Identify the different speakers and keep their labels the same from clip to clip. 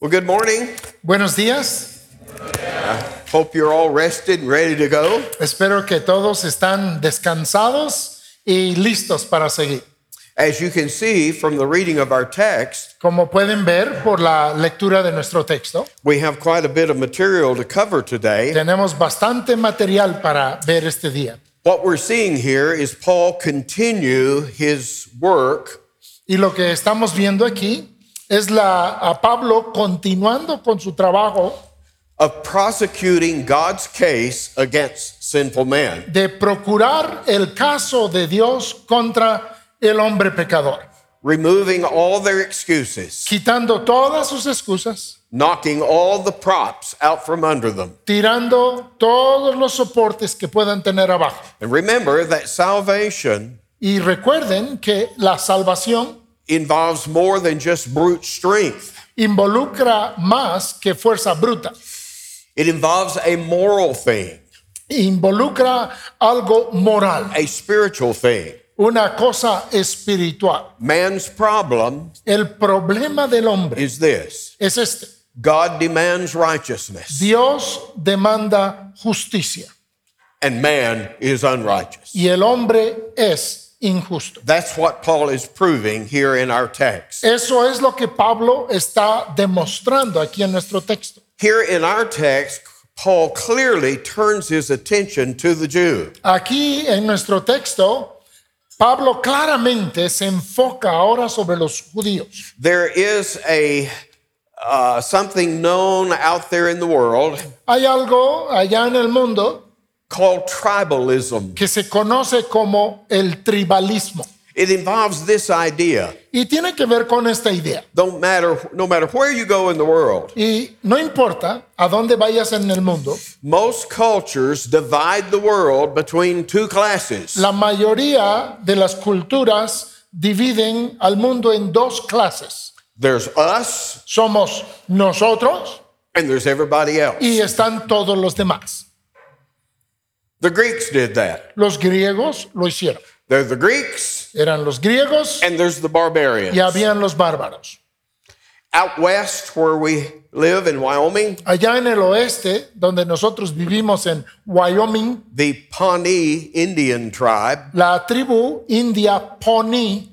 Speaker 1: Well, good morning.
Speaker 2: Buenos días.
Speaker 1: Hope you're all rested and ready to go.
Speaker 2: Espero que todos están descansados y listos para seguir.
Speaker 1: As you can see from the reading of our text,
Speaker 2: Como pueden ver por la lectura de nuestro texto,
Speaker 1: we have quite a bit of material to cover today.
Speaker 2: tenemos bastante material para ver este día.
Speaker 1: What we're seeing here is Paul continue his work
Speaker 2: Y lo que estamos viendo aquí es la, a Pablo continuando con su trabajo
Speaker 1: of prosecuting God's case against sinful man.
Speaker 2: de procurar el caso de Dios contra el hombre pecador,
Speaker 1: Removing all their excuses,
Speaker 2: quitando todas sus excusas,
Speaker 1: knocking all the props out from under them.
Speaker 2: tirando todos los soportes que puedan tener abajo.
Speaker 1: And remember that salvation
Speaker 2: Y recuerden que la salvación
Speaker 1: involves more than just brute strength.
Speaker 2: involucra más que fuerza bruta,
Speaker 1: It involves a moral thing,
Speaker 2: involucra algo moral,
Speaker 1: a spiritual thing.
Speaker 2: una cosa espiritual.
Speaker 1: Man's problem
Speaker 2: El problema del hombre
Speaker 1: is this
Speaker 2: es este.
Speaker 1: God demands righteousness,
Speaker 2: Dios demanda justicia
Speaker 1: and man is unrighteous.
Speaker 2: y el hombre es injusto.
Speaker 1: That's what Paul is proving here in our text.
Speaker 2: Eso es lo que Pablo está demostrando aquí en nuestro texto.
Speaker 1: Here in our text, Paul clearly turns his attention to the Jew.
Speaker 2: Aquí en nuestro texto, Pablo claramente se enfoca ahora sobre los judíos.
Speaker 1: There is a uh, something known out there in the world
Speaker 2: Hay algo allá en el mundo
Speaker 1: called tribalism.
Speaker 2: que se conoce como el tribalismo
Speaker 1: It involves this idea:
Speaker 2: y tiene que ver con esta idea.
Speaker 1: don't matter, no matter where you go in the world,
Speaker 2: Y no importa a dónde vayas en el mundo,
Speaker 1: Most cultures divide the world between two classes
Speaker 2: la mayoría de las culturas dividen al mundo en dos clases.
Speaker 1: there's us
Speaker 2: Somos nosotros
Speaker 1: and there's everybody else.
Speaker 2: y están todos los demás.
Speaker 1: The Greeks did that.
Speaker 2: Los griegos lo hicieron.
Speaker 1: They're the Greeks
Speaker 2: Eran los griegos
Speaker 1: and there's the
Speaker 2: y
Speaker 1: barbarians.
Speaker 2: habían los bárbaros.
Speaker 1: Out west, where we live in Wyoming,
Speaker 2: Allá en el oeste, donde nosotros vivimos en Wyoming,
Speaker 1: the Pawnee Indian tribe
Speaker 2: La tribu india Poni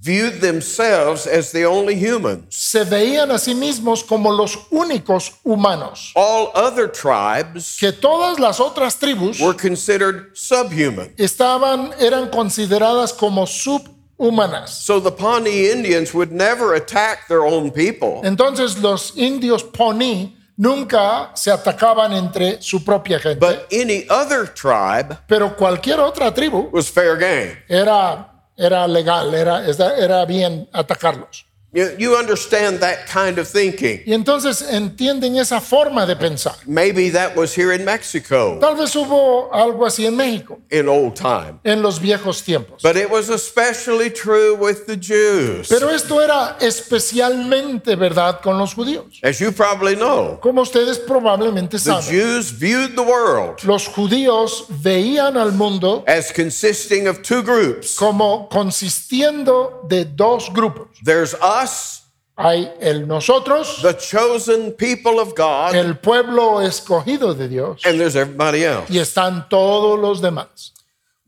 Speaker 1: viewed themselves as the only humans.
Speaker 2: se veían a sí mismos como los únicos humanos,
Speaker 1: All other tribes
Speaker 2: que todas las otras tribus
Speaker 1: were considered subhuman.
Speaker 2: estaban eran consideradas como subhumanas.
Speaker 1: So the Pawnee Indians would never attack their own people.
Speaker 2: Entonces los indios Poni nunca se atacaban entre su propia gente,
Speaker 1: But any other tribe
Speaker 2: pero cualquier otra tribu
Speaker 1: was fair game.
Speaker 2: era era legal, era era- era bien atacarlos.
Speaker 1: You, you understand that kind of thinking.
Speaker 2: Y entonces entienden esa forma de pensar.
Speaker 1: Maybe that was here in Mexico
Speaker 2: Tal vez hubo algo así en México
Speaker 1: in old time,
Speaker 2: en los viejos tiempos.
Speaker 1: but it was especially true with the Jews.
Speaker 2: Pero esto era especialmente verdad con los judíos.
Speaker 1: As you probably know,
Speaker 2: Como ustedes probablemente
Speaker 1: the
Speaker 2: saben,
Speaker 1: Jews viewed the world
Speaker 2: los judíos veían al mundo
Speaker 1: as consisting of two groups
Speaker 2: como consistiendo de dos grupos.
Speaker 1: there's us,
Speaker 2: Hay el nosotros,
Speaker 1: the chosen people of God,
Speaker 2: el pueblo escogido de Dios,
Speaker 1: and there's everybody else.
Speaker 2: y están todos los demás.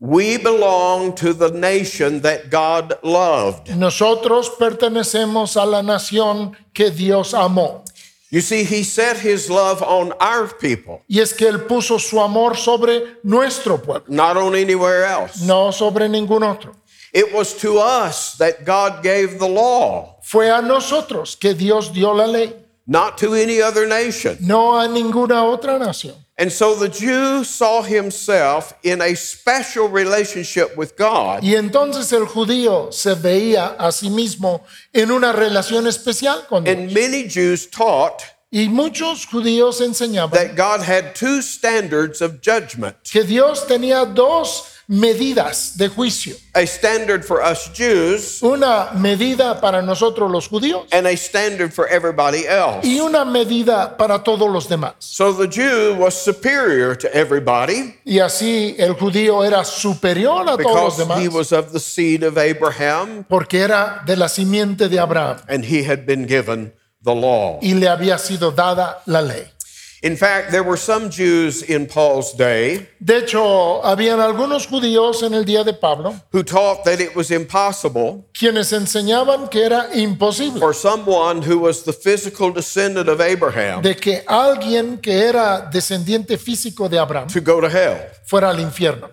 Speaker 1: We belong to the nation that God loved.
Speaker 2: Nosotros pertenecemos a la nación que Dios amó.
Speaker 1: You see, He set His love on our people,
Speaker 2: Y es que Él puso su amor sobre nuestro pueblo,
Speaker 1: not on anywhere else.
Speaker 2: no sobre ningún otro.
Speaker 1: It was to us that God gave the law,
Speaker 2: Fue a nosotros que Dios dio la ley.
Speaker 1: not to any other nation.
Speaker 2: no a ninguna otra nación.
Speaker 1: And so the Jew saw himself in a special relationship with God
Speaker 2: Y entonces el judío se veía a sí mismo en una relación especial con Dios.
Speaker 1: and many Jews taught
Speaker 2: Y muchos judíos enseñaban
Speaker 1: that God had two standards of judgment
Speaker 2: que Dios tenía dos medidas de juicio.
Speaker 1: a standard for us Jews
Speaker 2: Una medida para nosotros los judíos
Speaker 1: and a standard for everybody else.
Speaker 2: y una medida para todos los demás.
Speaker 1: So the Jew was superior to everybody
Speaker 2: Y así el judío era superior a
Speaker 1: because
Speaker 2: todos los demás
Speaker 1: he was of the seed of Abraham
Speaker 2: porque era de la simiente de Abraham
Speaker 1: and he had been given the law.
Speaker 2: y le había sido dada la ley.
Speaker 1: In fact, there were some Jews in Paul's day
Speaker 2: De hecho, habían algunos judíos en el día de Pablo
Speaker 1: who taught that it was impossible
Speaker 2: quienes enseñaban que era imposible
Speaker 1: for someone who was the physical descendant of Abraham
Speaker 2: de que alguien que era descendiente físico de Abraham
Speaker 1: to go to hell.
Speaker 2: fuera al infierno.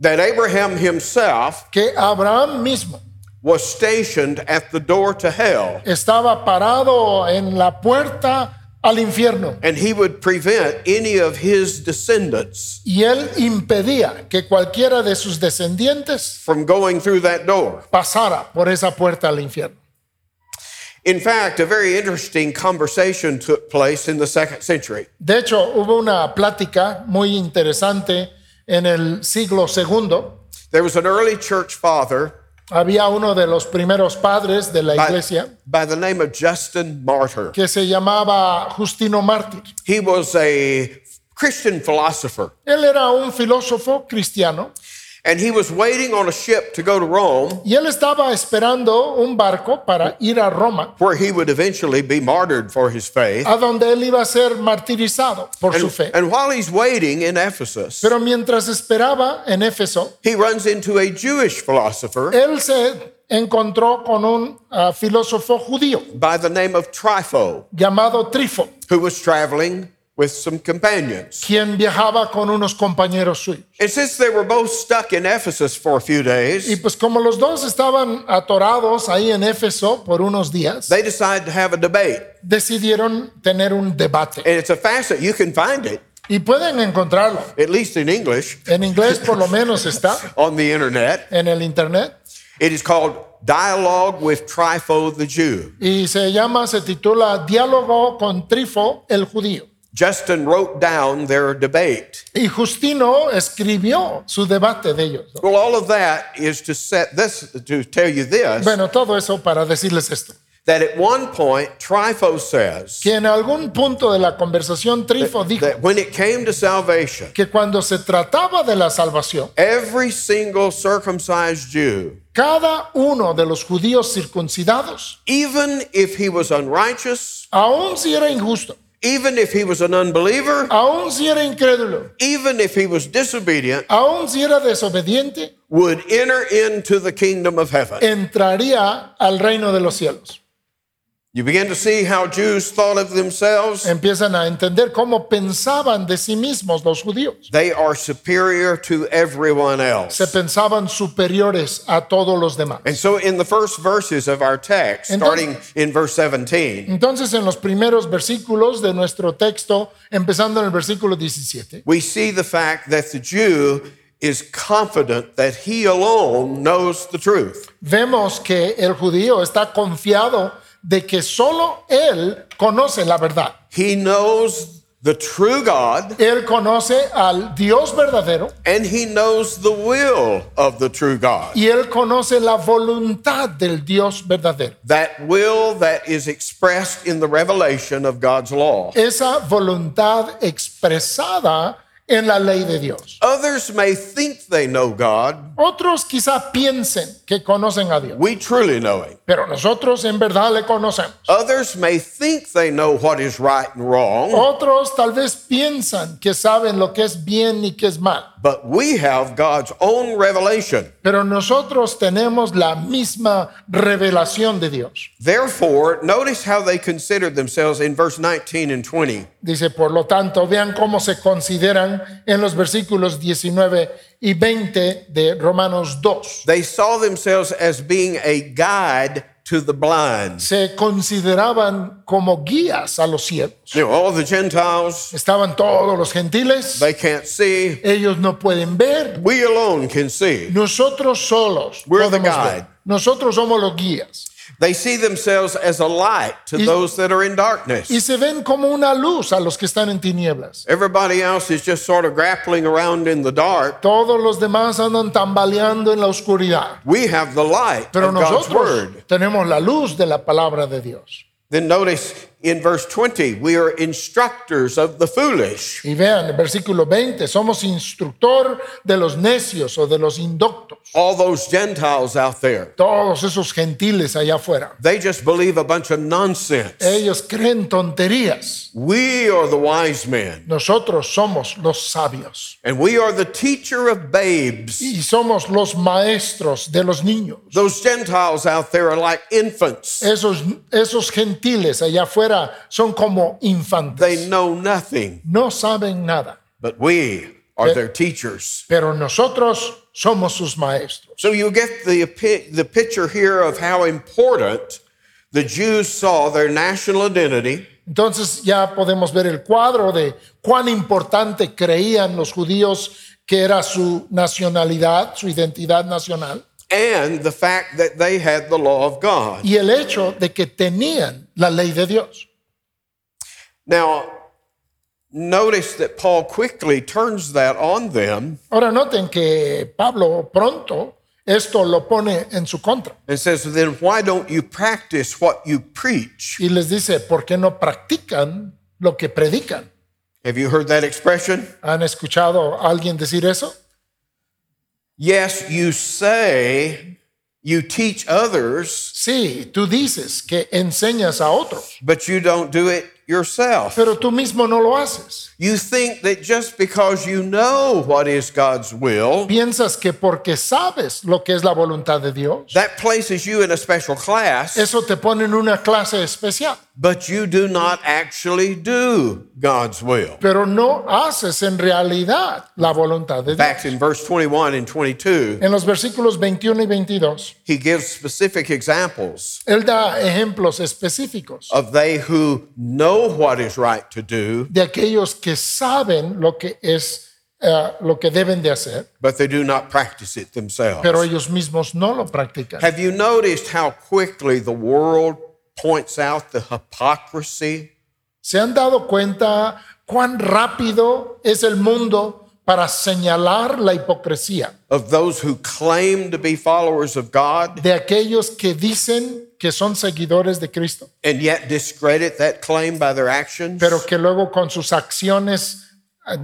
Speaker 1: That Abraham himself
Speaker 2: Que Abraham mismo
Speaker 1: was stationed at the door to hell
Speaker 2: estaba parado en la puerta al infierno
Speaker 1: and he would prevent any of his descendants
Speaker 2: y él impedía que cualquiera de sus descendientes
Speaker 1: from going through that door.
Speaker 2: pasara por esa puerta al infierno.
Speaker 1: In fact, a very interesting conversation took place in the second century.
Speaker 2: De hecho, hubo una plática muy interesante en el siglo II.
Speaker 1: There was an early church father
Speaker 2: Había uno de los primeros padres de la
Speaker 1: by,
Speaker 2: iglesia
Speaker 1: by the name of Justin Martyr.
Speaker 2: que se llamaba Justino Mártir.
Speaker 1: He was a Christian philosopher,
Speaker 2: Él era un filósofo cristiano
Speaker 1: and he was waiting on a ship to go to Rome,
Speaker 2: y él estaba esperando un barco para ir a Roma,
Speaker 1: where he would eventually be martyred for his faith.
Speaker 2: a donde él iba a ser martirizado por su
Speaker 1: And,
Speaker 2: fe.
Speaker 1: and while he's waiting in Ephesus,
Speaker 2: Pero mientras esperaba en Éfeso,
Speaker 1: he runs into a Jewish philosopher
Speaker 2: él se encontró con un ah, filósofo judío
Speaker 1: by the name of Trypho,
Speaker 2: llamado Trifo,
Speaker 1: who was traveling with some companions.
Speaker 2: quien viajaba con unos compañeros suyos.
Speaker 1: And since they were both stuck in Ephesus for a few
Speaker 2: Y
Speaker 1: days,
Speaker 2: pues como los dos estaban atorados ahí en Éfeso por unos días,
Speaker 1: they decide to have a debate.
Speaker 2: decidieron tener un debate.
Speaker 1: And it's a facet, you can find it,
Speaker 2: Y pueden encontrarlo.
Speaker 1: at least in English,
Speaker 2: En inglés por lo menos está
Speaker 1: on the internet.
Speaker 2: en el internet.
Speaker 1: It is called Dialogue with Trypho the Jew.
Speaker 2: Y se llama, se titula Diálogo con Trifo el judío.
Speaker 1: Justin wrote down their debate.
Speaker 2: Y Justino escribió su debate de ellos. ¿no?
Speaker 1: Well, all of that is to set this, to tell you this,
Speaker 2: Bueno, todo eso para decirles esto.
Speaker 1: that at one point, Trypho says
Speaker 2: Que en algún punto de la conversación Trifo dijo
Speaker 1: that when it came to salvation,
Speaker 2: que cuando se trataba de la salvación,
Speaker 1: every single circumcised Jew,
Speaker 2: cada uno de los judíos circuncidados,
Speaker 1: even if he was unrighteous,
Speaker 2: aun si era injusto,
Speaker 1: even if he was an unbeliever,
Speaker 2: aun si era incrédulo,
Speaker 1: even if he was disobedient,
Speaker 2: aun si era desobediente,
Speaker 1: would enter into the kingdom of heaven.
Speaker 2: entraría al reino de los cielos.
Speaker 1: You begin to see how Jews thought of themselves.
Speaker 2: Empiezan a entender cómo pensaban de sí mismos los judíos.
Speaker 1: They are superior to everyone else.
Speaker 2: Se pensaban superiores a todos los demás.
Speaker 1: And so, in the first verses of our text,
Speaker 2: Entonces-
Speaker 1: starting in verse 17,
Speaker 2: Entonces en los primeros versículos de nuestro texto, empezando en el versículo 17,
Speaker 1: we see the fact that the Jew is confident that he alone knows the truth.
Speaker 2: vemos que el judío está confiado de que solo él conoce la verdad.
Speaker 1: He knows the true God
Speaker 2: Él conoce al Dios verdadero
Speaker 1: and he knows the will of the true God.
Speaker 2: y él conoce la voluntad del Dios verdadero.
Speaker 1: That will that is expressed in the revelation of God's law.
Speaker 2: Esa voluntad expresada en la ley de Dios.
Speaker 1: Others may think they know God.
Speaker 2: Otros quizá piensen que conocen a Dios,
Speaker 1: We truly know him.
Speaker 2: pero nosotros en verdad le conocemos.
Speaker 1: Others may think they know what is right and
Speaker 2: Oh.
Speaker 1: wrong,
Speaker 2: Otros tal vez piensan que saben lo que es bien y que es mal,
Speaker 1: but we have God's own revelation.
Speaker 2: pero nosotros tenemos la misma revelación de Dios.
Speaker 1: Therefore, notice how they considered themselves in verse 19 and 20.
Speaker 2: Dice, por lo tanto, vean cómo se consideran en los versículos 19 y 20 de Romanos 2.
Speaker 1: They saw themselves as being a guide to the blind.
Speaker 2: Se consideraban como guías a los ciegos.
Speaker 1: You know, all the Gentiles,
Speaker 2: Estaban todos los gentiles,
Speaker 1: they can't see.
Speaker 2: ellos no pueden ver,
Speaker 1: We alone can see.
Speaker 2: nosotros solos
Speaker 1: We're the
Speaker 2: podemos
Speaker 1: guide.
Speaker 2: ver. Nosotros somos los guías.
Speaker 1: They see themselves as a light to
Speaker 2: Y-
Speaker 1: those that are in darkness.
Speaker 2: Y se ven como una luz a los que están en tinieblas.
Speaker 1: Everybody else is just sort of grappling around in the dark.
Speaker 2: Todos los demás andan tambaleando en la oscuridad,
Speaker 1: We have the light
Speaker 2: pero
Speaker 1: of God's
Speaker 2: nosotros
Speaker 1: Word.
Speaker 2: tenemos la luz de la palabra de Dios.
Speaker 1: Then notice in verse 20, we are instructors of the foolish.
Speaker 2: Y vean, el versículo 20, somos instructor de los necios o de los indoctos.
Speaker 1: All those Gentiles out there,
Speaker 2: Todos esos gentiles allá afuera.
Speaker 1: they just believe a bunch of nonsense.
Speaker 2: Ellos creen tonterías.
Speaker 1: We are the wise men,
Speaker 2: Nosotros somos los sabios.
Speaker 1: and we are the teacher of babes.
Speaker 2: Y somos los maestros de los niños.
Speaker 1: Those Gentiles out there are like infants,
Speaker 2: Esos, esos gentiles allá afuera son como infantes.
Speaker 1: they know nothing,
Speaker 2: No saben nada,
Speaker 1: but we are their teachers.
Speaker 2: pero nosotros somos sus maestros.
Speaker 1: So you get the, pi- the picture here of how important the Jews saw their national identity
Speaker 2: Entonces ya podemos ver el cuadro de cuán importante creían los judíos que era su nacionalidad, su identidad nacional,
Speaker 1: and the fact that they had the law of God.
Speaker 2: y el hecho de que tenían la ley de Dios.
Speaker 1: Now, notice that Paul quickly turns that on them
Speaker 2: Ahora noten que Pablo pronto esto lo pone en su contra
Speaker 1: and says, Then why don't you practice what you preach?
Speaker 2: y les dice, ¿por qué no practican lo que predican?
Speaker 1: Have you heard that expression?
Speaker 2: ¿Han escuchado a alguien decir eso?
Speaker 1: Yes, you say you teach others,
Speaker 2: Sí, tú dices que enseñas a otros,
Speaker 1: but you don't do it yourself.
Speaker 2: pero tú mismo no lo haces.
Speaker 1: You think that just because you know what is God's will,
Speaker 2: Piensas que porque sabes lo que es la voluntad de Dios,
Speaker 1: that places you in a special class,
Speaker 2: eso te pone en una clase especial,
Speaker 1: but you do not actually do God's will.
Speaker 2: pero no haces en realidad la voluntad de Dios.
Speaker 1: Back in verse 21 and 22,
Speaker 2: En los versículos 21 y 22,
Speaker 1: he gives specific examples
Speaker 2: él da ejemplos específicos
Speaker 1: of they who know what is right to do,
Speaker 2: de aquellos que saben lo que es eh, lo que deben de hacer,
Speaker 1: but they do not practice it themselves.
Speaker 2: pero ellos mismos no lo practican.
Speaker 1: Have you noticed how quickly the world points out the hypocrisy
Speaker 2: ¿Se han dado cuenta cuán rápido es el mundo para señalar la hipocresía
Speaker 1: of those who claim to be followers of God
Speaker 2: de aquellos que dicen que son seguidores de Cristo,
Speaker 1: and yet discredit that claim by their actions?
Speaker 2: pero que luego con sus acciones eh,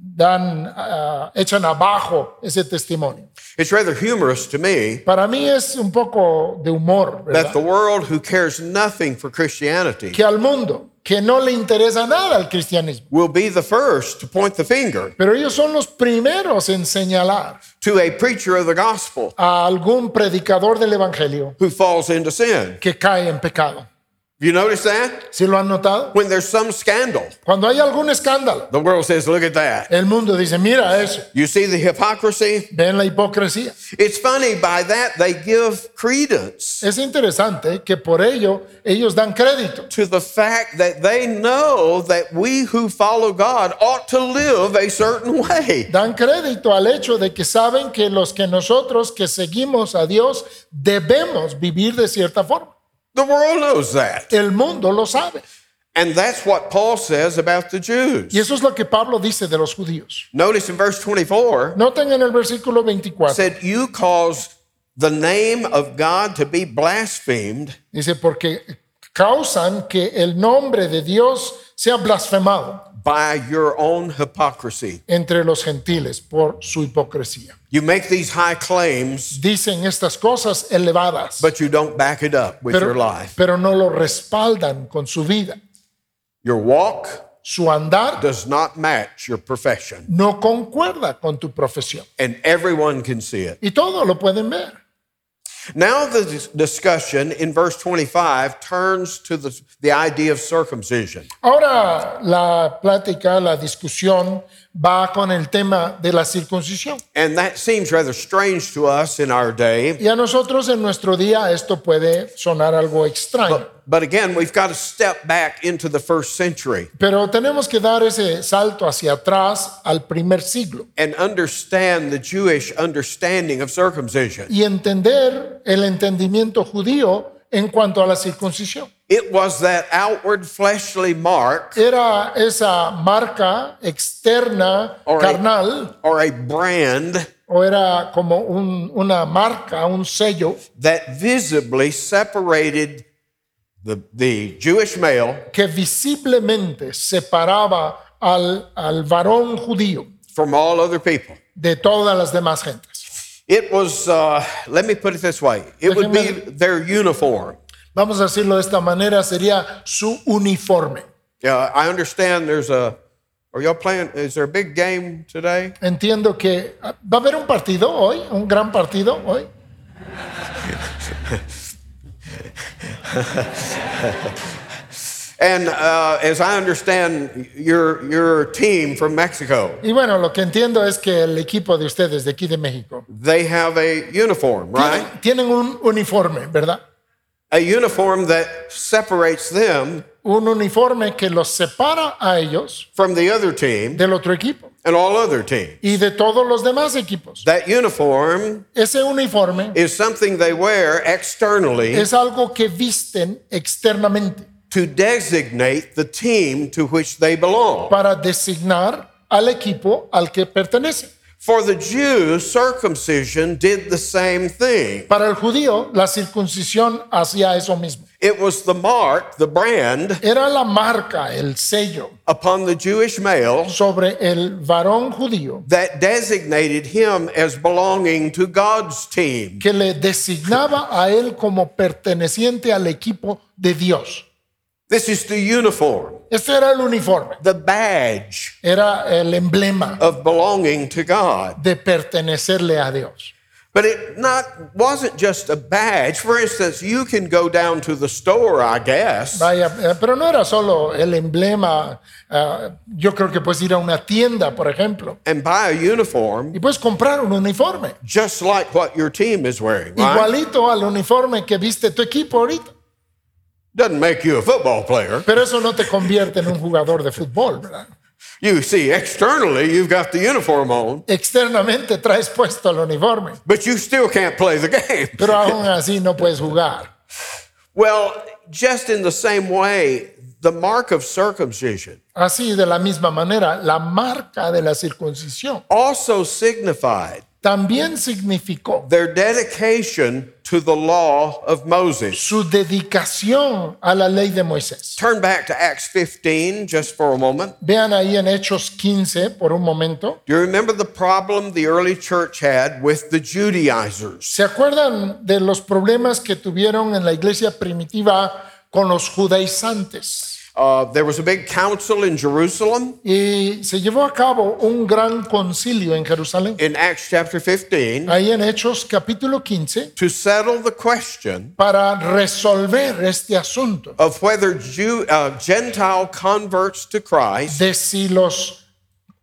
Speaker 2: dan, ah, echan abajo ese testimonio?
Speaker 1: It's rather humorous to me
Speaker 2: Para mí es un poco de humor,
Speaker 1: that
Speaker 2: ¿verdad?
Speaker 1: the world who cares nothing for Christianity
Speaker 2: Que al mundo, que no le interesa nada al cristianismo,
Speaker 1: will be the first to point the finger
Speaker 2: pero ellos son los primeros en señalar
Speaker 1: to a preacher of the gospel
Speaker 2: a algún predicador del Evangelio
Speaker 1: who falls into sin.
Speaker 2: que cae en pecado.
Speaker 1: You notice that?
Speaker 2: ¿Sí lo han notado?
Speaker 1: When there's some scandal,
Speaker 2: Cuando hay algún escándalo,
Speaker 1: the world says, Look at that.
Speaker 2: el mundo dice, mira eso,
Speaker 1: You see the hypocrisy?
Speaker 2: ven la hipocresía.
Speaker 1: It's funny, by that, they give credence
Speaker 2: Es interesante que por ello ellos dan crédito
Speaker 1: to the fact that they know that we who follow God ought to live a certain way.
Speaker 2: Dan crédito al hecho de que saben que los que nosotros que seguimos a Dios debemos vivir de cierta forma.
Speaker 1: The world knows that.
Speaker 2: El mundo lo sabe.
Speaker 1: And that's what Paul says about the Jews.
Speaker 2: Y eso es lo que Pablo dice de los judíos.
Speaker 1: Notice in verse 24,
Speaker 2: Noten en el versículo 24,
Speaker 1: said, You cause the name of God to be blasphemed
Speaker 2: dice, porque causan que el nombre de Dios sea blasfemado
Speaker 1: by your own hypocrisy.
Speaker 2: entre los gentiles por su hipocresía.
Speaker 1: You make these high claims,
Speaker 2: dicen estas cosas elevadas,
Speaker 1: but you don't back it up with your
Speaker 2: pero,
Speaker 1: life.
Speaker 2: pero no lo respaldan con su vida.
Speaker 1: Your walk
Speaker 2: Su andar
Speaker 1: does not match your profession,
Speaker 2: no concuerda con tu profesión.
Speaker 1: and everyone can see it.
Speaker 2: Y todo lo pueden ver.
Speaker 1: Now, the dis- discussion in verse 25 turns to the, the idea of circumcision.
Speaker 2: Ahora la plática, la discusión va con el tema de la circuncisión.
Speaker 1: And that seems rather strange to us in our day.
Speaker 2: Y a nosotros en nuestro día esto puede sonar algo extraño,
Speaker 1: But again, we've got to step back into the first century.
Speaker 2: pero tenemos que dar ese salto hacia atrás al primer siglo
Speaker 1: and understand the Jewish understanding of circumcision.
Speaker 2: y entender el entendimiento judío en cuanto a la circuncisión.
Speaker 1: It was that outward fleshly mark
Speaker 2: era esa marca externa
Speaker 1: All right.
Speaker 2: carnal
Speaker 1: or a brand
Speaker 2: o era como un- una marca, un sello
Speaker 1: that visibly separated the, the Jewish male
Speaker 2: que visiblemente separaba al, al varón judío
Speaker 1: from all other people.
Speaker 2: de todas las demás gentes.
Speaker 1: It was, uh, let me put it this way it would be
Speaker 2: Déjeme-
Speaker 1: their uniform.
Speaker 2: Vamos a decirlo de esta manera, sería su uniforme.
Speaker 1: Yeah, I understand there's a, are y'all playing, is there a big game today?
Speaker 2: Entiendo que ah, va a haber un partido hoy, un gran partido hoy.
Speaker 1: And uh, as I understand, your, your team from Mexico,
Speaker 2: Y bueno, lo que entiendo es que el equipo de ustedes de aquí de México
Speaker 1: they have a uniform, right?
Speaker 2: tienen, tienen un uniforme, ¿verdad?
Speaker 1: A uniform that separates them
Speaker 2: Un uniforme que los separa a ellos
Speaker 1: from the other team
Speaker 2: del otro equipo
Speaker 1: and all other teams.
Speaker 2: y de todos los demás equipos.
Speaker 1: That uniform
Speaker 2: Ese uniforme
Speaker 1: is something they wear externally
Speaker 2: es algo que visten externamente
Speaker 1: to designate the team to which they belong.
Speaker 2: para designar al equipo al que pertenece.
Speaker 1: For the Jews, circumcision did the same thing.
Speaker 2: Para el judío, la circuncisión hacía eso mismo.
Speaker 1: It was the mark, the brand
Speaker 2: Era la marca, el sello
Speaker 1: upon the Jewish male
Speaker 2: sobre el varón judío
Speaker 1: that designated him as belonging to God's team.
Speaker 2: que le designaba a él como perteneciente al equipo de Dios.
Speaker 1: This is the uniform,
Speaker 2: Este era el uniforme,
Speaker 1: the badge
Speaker 2: era el emblema
Speaker 1: of belonging to God.
Speaker 2: de pertenecerle a Dios.
Speaker 1: But it not wasn't just a badge. For instance, you can go down to the store, I guess,
Speaker 2: Vaya, eh, pero no era solo el emblema, ah, yo creo que puedes ir a una tienda, por ejemplo,
Speaker 1: and buy a uniform
Speaker 2: y puedes comprar un uniforme,
Speaker 1: just like what your team is wearing. Right?
Speaker 2: igualito al uniforme que viste tu equipo ahorita.
Speaker 1: Doesn't make you a football player.
Speaker 2: Pero eso no te convierte en un jugador de fútbol, ¿verdad?
Speaker 1: You see, externally you've got the uniform on,
Speaker 2: Externamente traes puesto el uniforme,
Speaker 1: but you still can't play the game.
Speaker 2: pero aún así no puedes jugar.
Speaker 1: Well, just in the same way, the mark of circumcision
Speaker 2: Así, de la misma manera, la marca de la circuncisión
Speaker 1: also signified
Speaker 2: también significó
Speaker 1: their dedication to the law of Moses.
Speaker 2: su dedicación a la ley de Moisés.
Speaker 1: Turn back to Acts 15 just for a moment.
Speaker 2: Vean ahí en Hechos 15, por un momento.
Speaker 1: Do you remember the problem the early church had with the Judaizers?
Speaker 2: ¿Se acuerdan de los problemas que tuvieron en la iglesia primitiva con los judaizantes?
Speaker 1: Uh, there was a big council in Jerusalem
Speaker 2: Y se llevó a cabo un gran concilio en Jerusalén.
Speaker 1: in Acts chapter 15
Speaker 2: Ahí en Hechos capítulo 15
Speaker 1: to settle the question
Speaker 2: para resolver este asunto
Speaker 1: of whether Jew, uh, Gentile converts to Christ
Speaker 2: de si los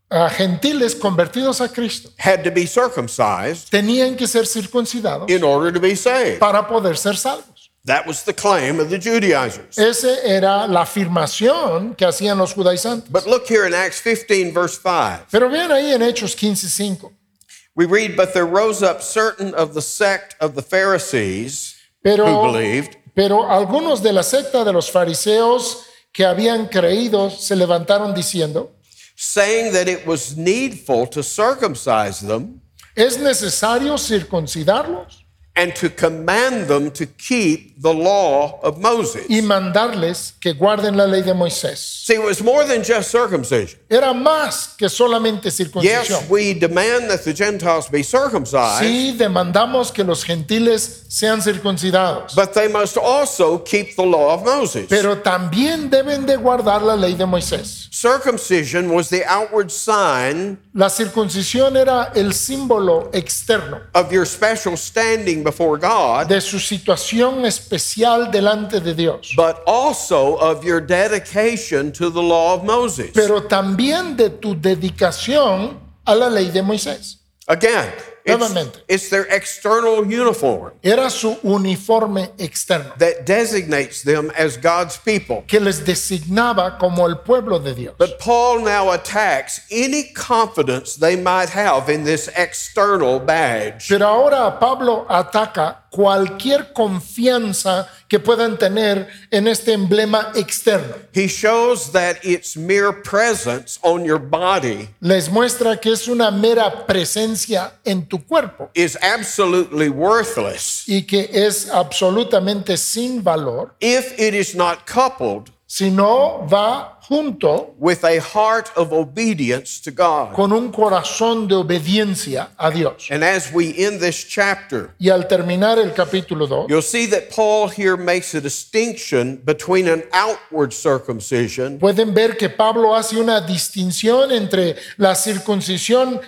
Speaker 2: ah, gentiles convertidos a Cristo
Speaker 1: had to be circumcised
Speaker 2: tenían que ser circuncidados
Speaker 1: in order to be saved.
Speaker 2: para poder ser salvos.
Speaker 1: That was the claim of the Judaizers.
Speaker 2: Esa era la afirmación que hacían los judaizantes.
Speaker 1: But look here in Acts 15, verse 5.
Speaker 2: Pero vean ahí en Hechos 15:5.
Speaker 1: We read, But there rose up certain of the sect of the Pharisees who
Speaker 2: Pero,
Speaker 1: believed.
Speaker 2: pero algunos de la secta de los fariseos que habían creído se levantaron diciendo,
Speaker 1: saying that it was needful to circumcise them
Speaker 2: ¿es necesario circuncidarlos
Speaker 1: and to command them to keep the law of Moses.
Speaker 2: y mandarles que guarden la ley de Moisés?
Speaker 1: See, it was more than just circumcision.
Speaker 2: Era más que solamente circuncisión.
Speaker 1: Yes, we demand that the Gentiles be circumcised,
Speaker 2: Sí, demandamos que los gentiles sean circuncidados,
Speaker 1: but they must also keep the law of Moses.
Speaker 2: pero también deben de guardar la ley de Moisés.
Speaker 1: circumcision was the outward sign
Speaker 2: La circuncisión era el símbolo externo
Speaker 1: of your special standing before God,
Speaker 2: de su situación especial delante de Dios,
Speaker 1: but also of your dedication to the law of Moses.
Speaker 2: pero también de tu dedicación a la ley de Moisés.
Speaker 1: Again, it's,
Speaker 2: Nuevamente.
Speaker 1: it's their external uniform.
Speaker 2: Era su uniforme externo
Speaker 1: that designates them as God's people.
Speaker 2: que les designaba como el pueblo de Dios.
Speaker 1: But Paul now attacks any confidence they might have in this external badge.
Speaker 2: Pero ahora Pablo ataca cualquier confianza que puedan tener en este emblema externo.
Speaker 1: He shows that its mere presence on your body
Speaker 2: Les muestra que es una mera presencia en tu cuerpo
Speaker 1: is absolutely worthless
Speaker 2: y que es absolutamente sin valor
Speaker 1: if it is not coupled
Speaker 2: si no va junto
Speaker 1: with a heart of obedience to God.
Speaker 2: con un corazón de obediencia a Dios.
Speaker 1: And as we end this chapter,
Speaker 2: Y al terminar el capítulo 2,
Speaker 1: You'll see that Paul here makes a distinction between an outward circumcision
Speaker 2: pueden ver que Pablo hace una distinción entre la circuncisión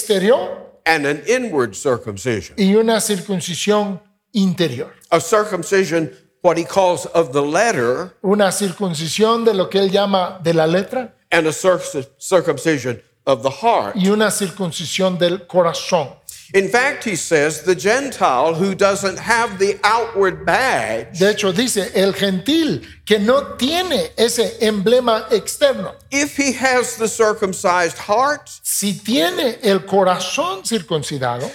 Speaker 2: exterior
Speaker 1: and an inward circumcision.
Speaker 2: y una circuncisión interior.
Speaker 1: A circumcision, what he calls of the letter,
Speaker 2: Una circuncisión de lo que él llama de la letra
Speaker 1: and a circ- circumcision of the heart.
Speaker 2: y una circuncisión del corazón.
Speaker 1: In fact, he says the Gentile who doesn't have the outward badge
Speaker 2: De hecho, dice el gentil que no tiene ese emblema externo.
Speaker 1: if he has the circumcised heart,
Speaker 2: Si tiene el corazón circuncidado,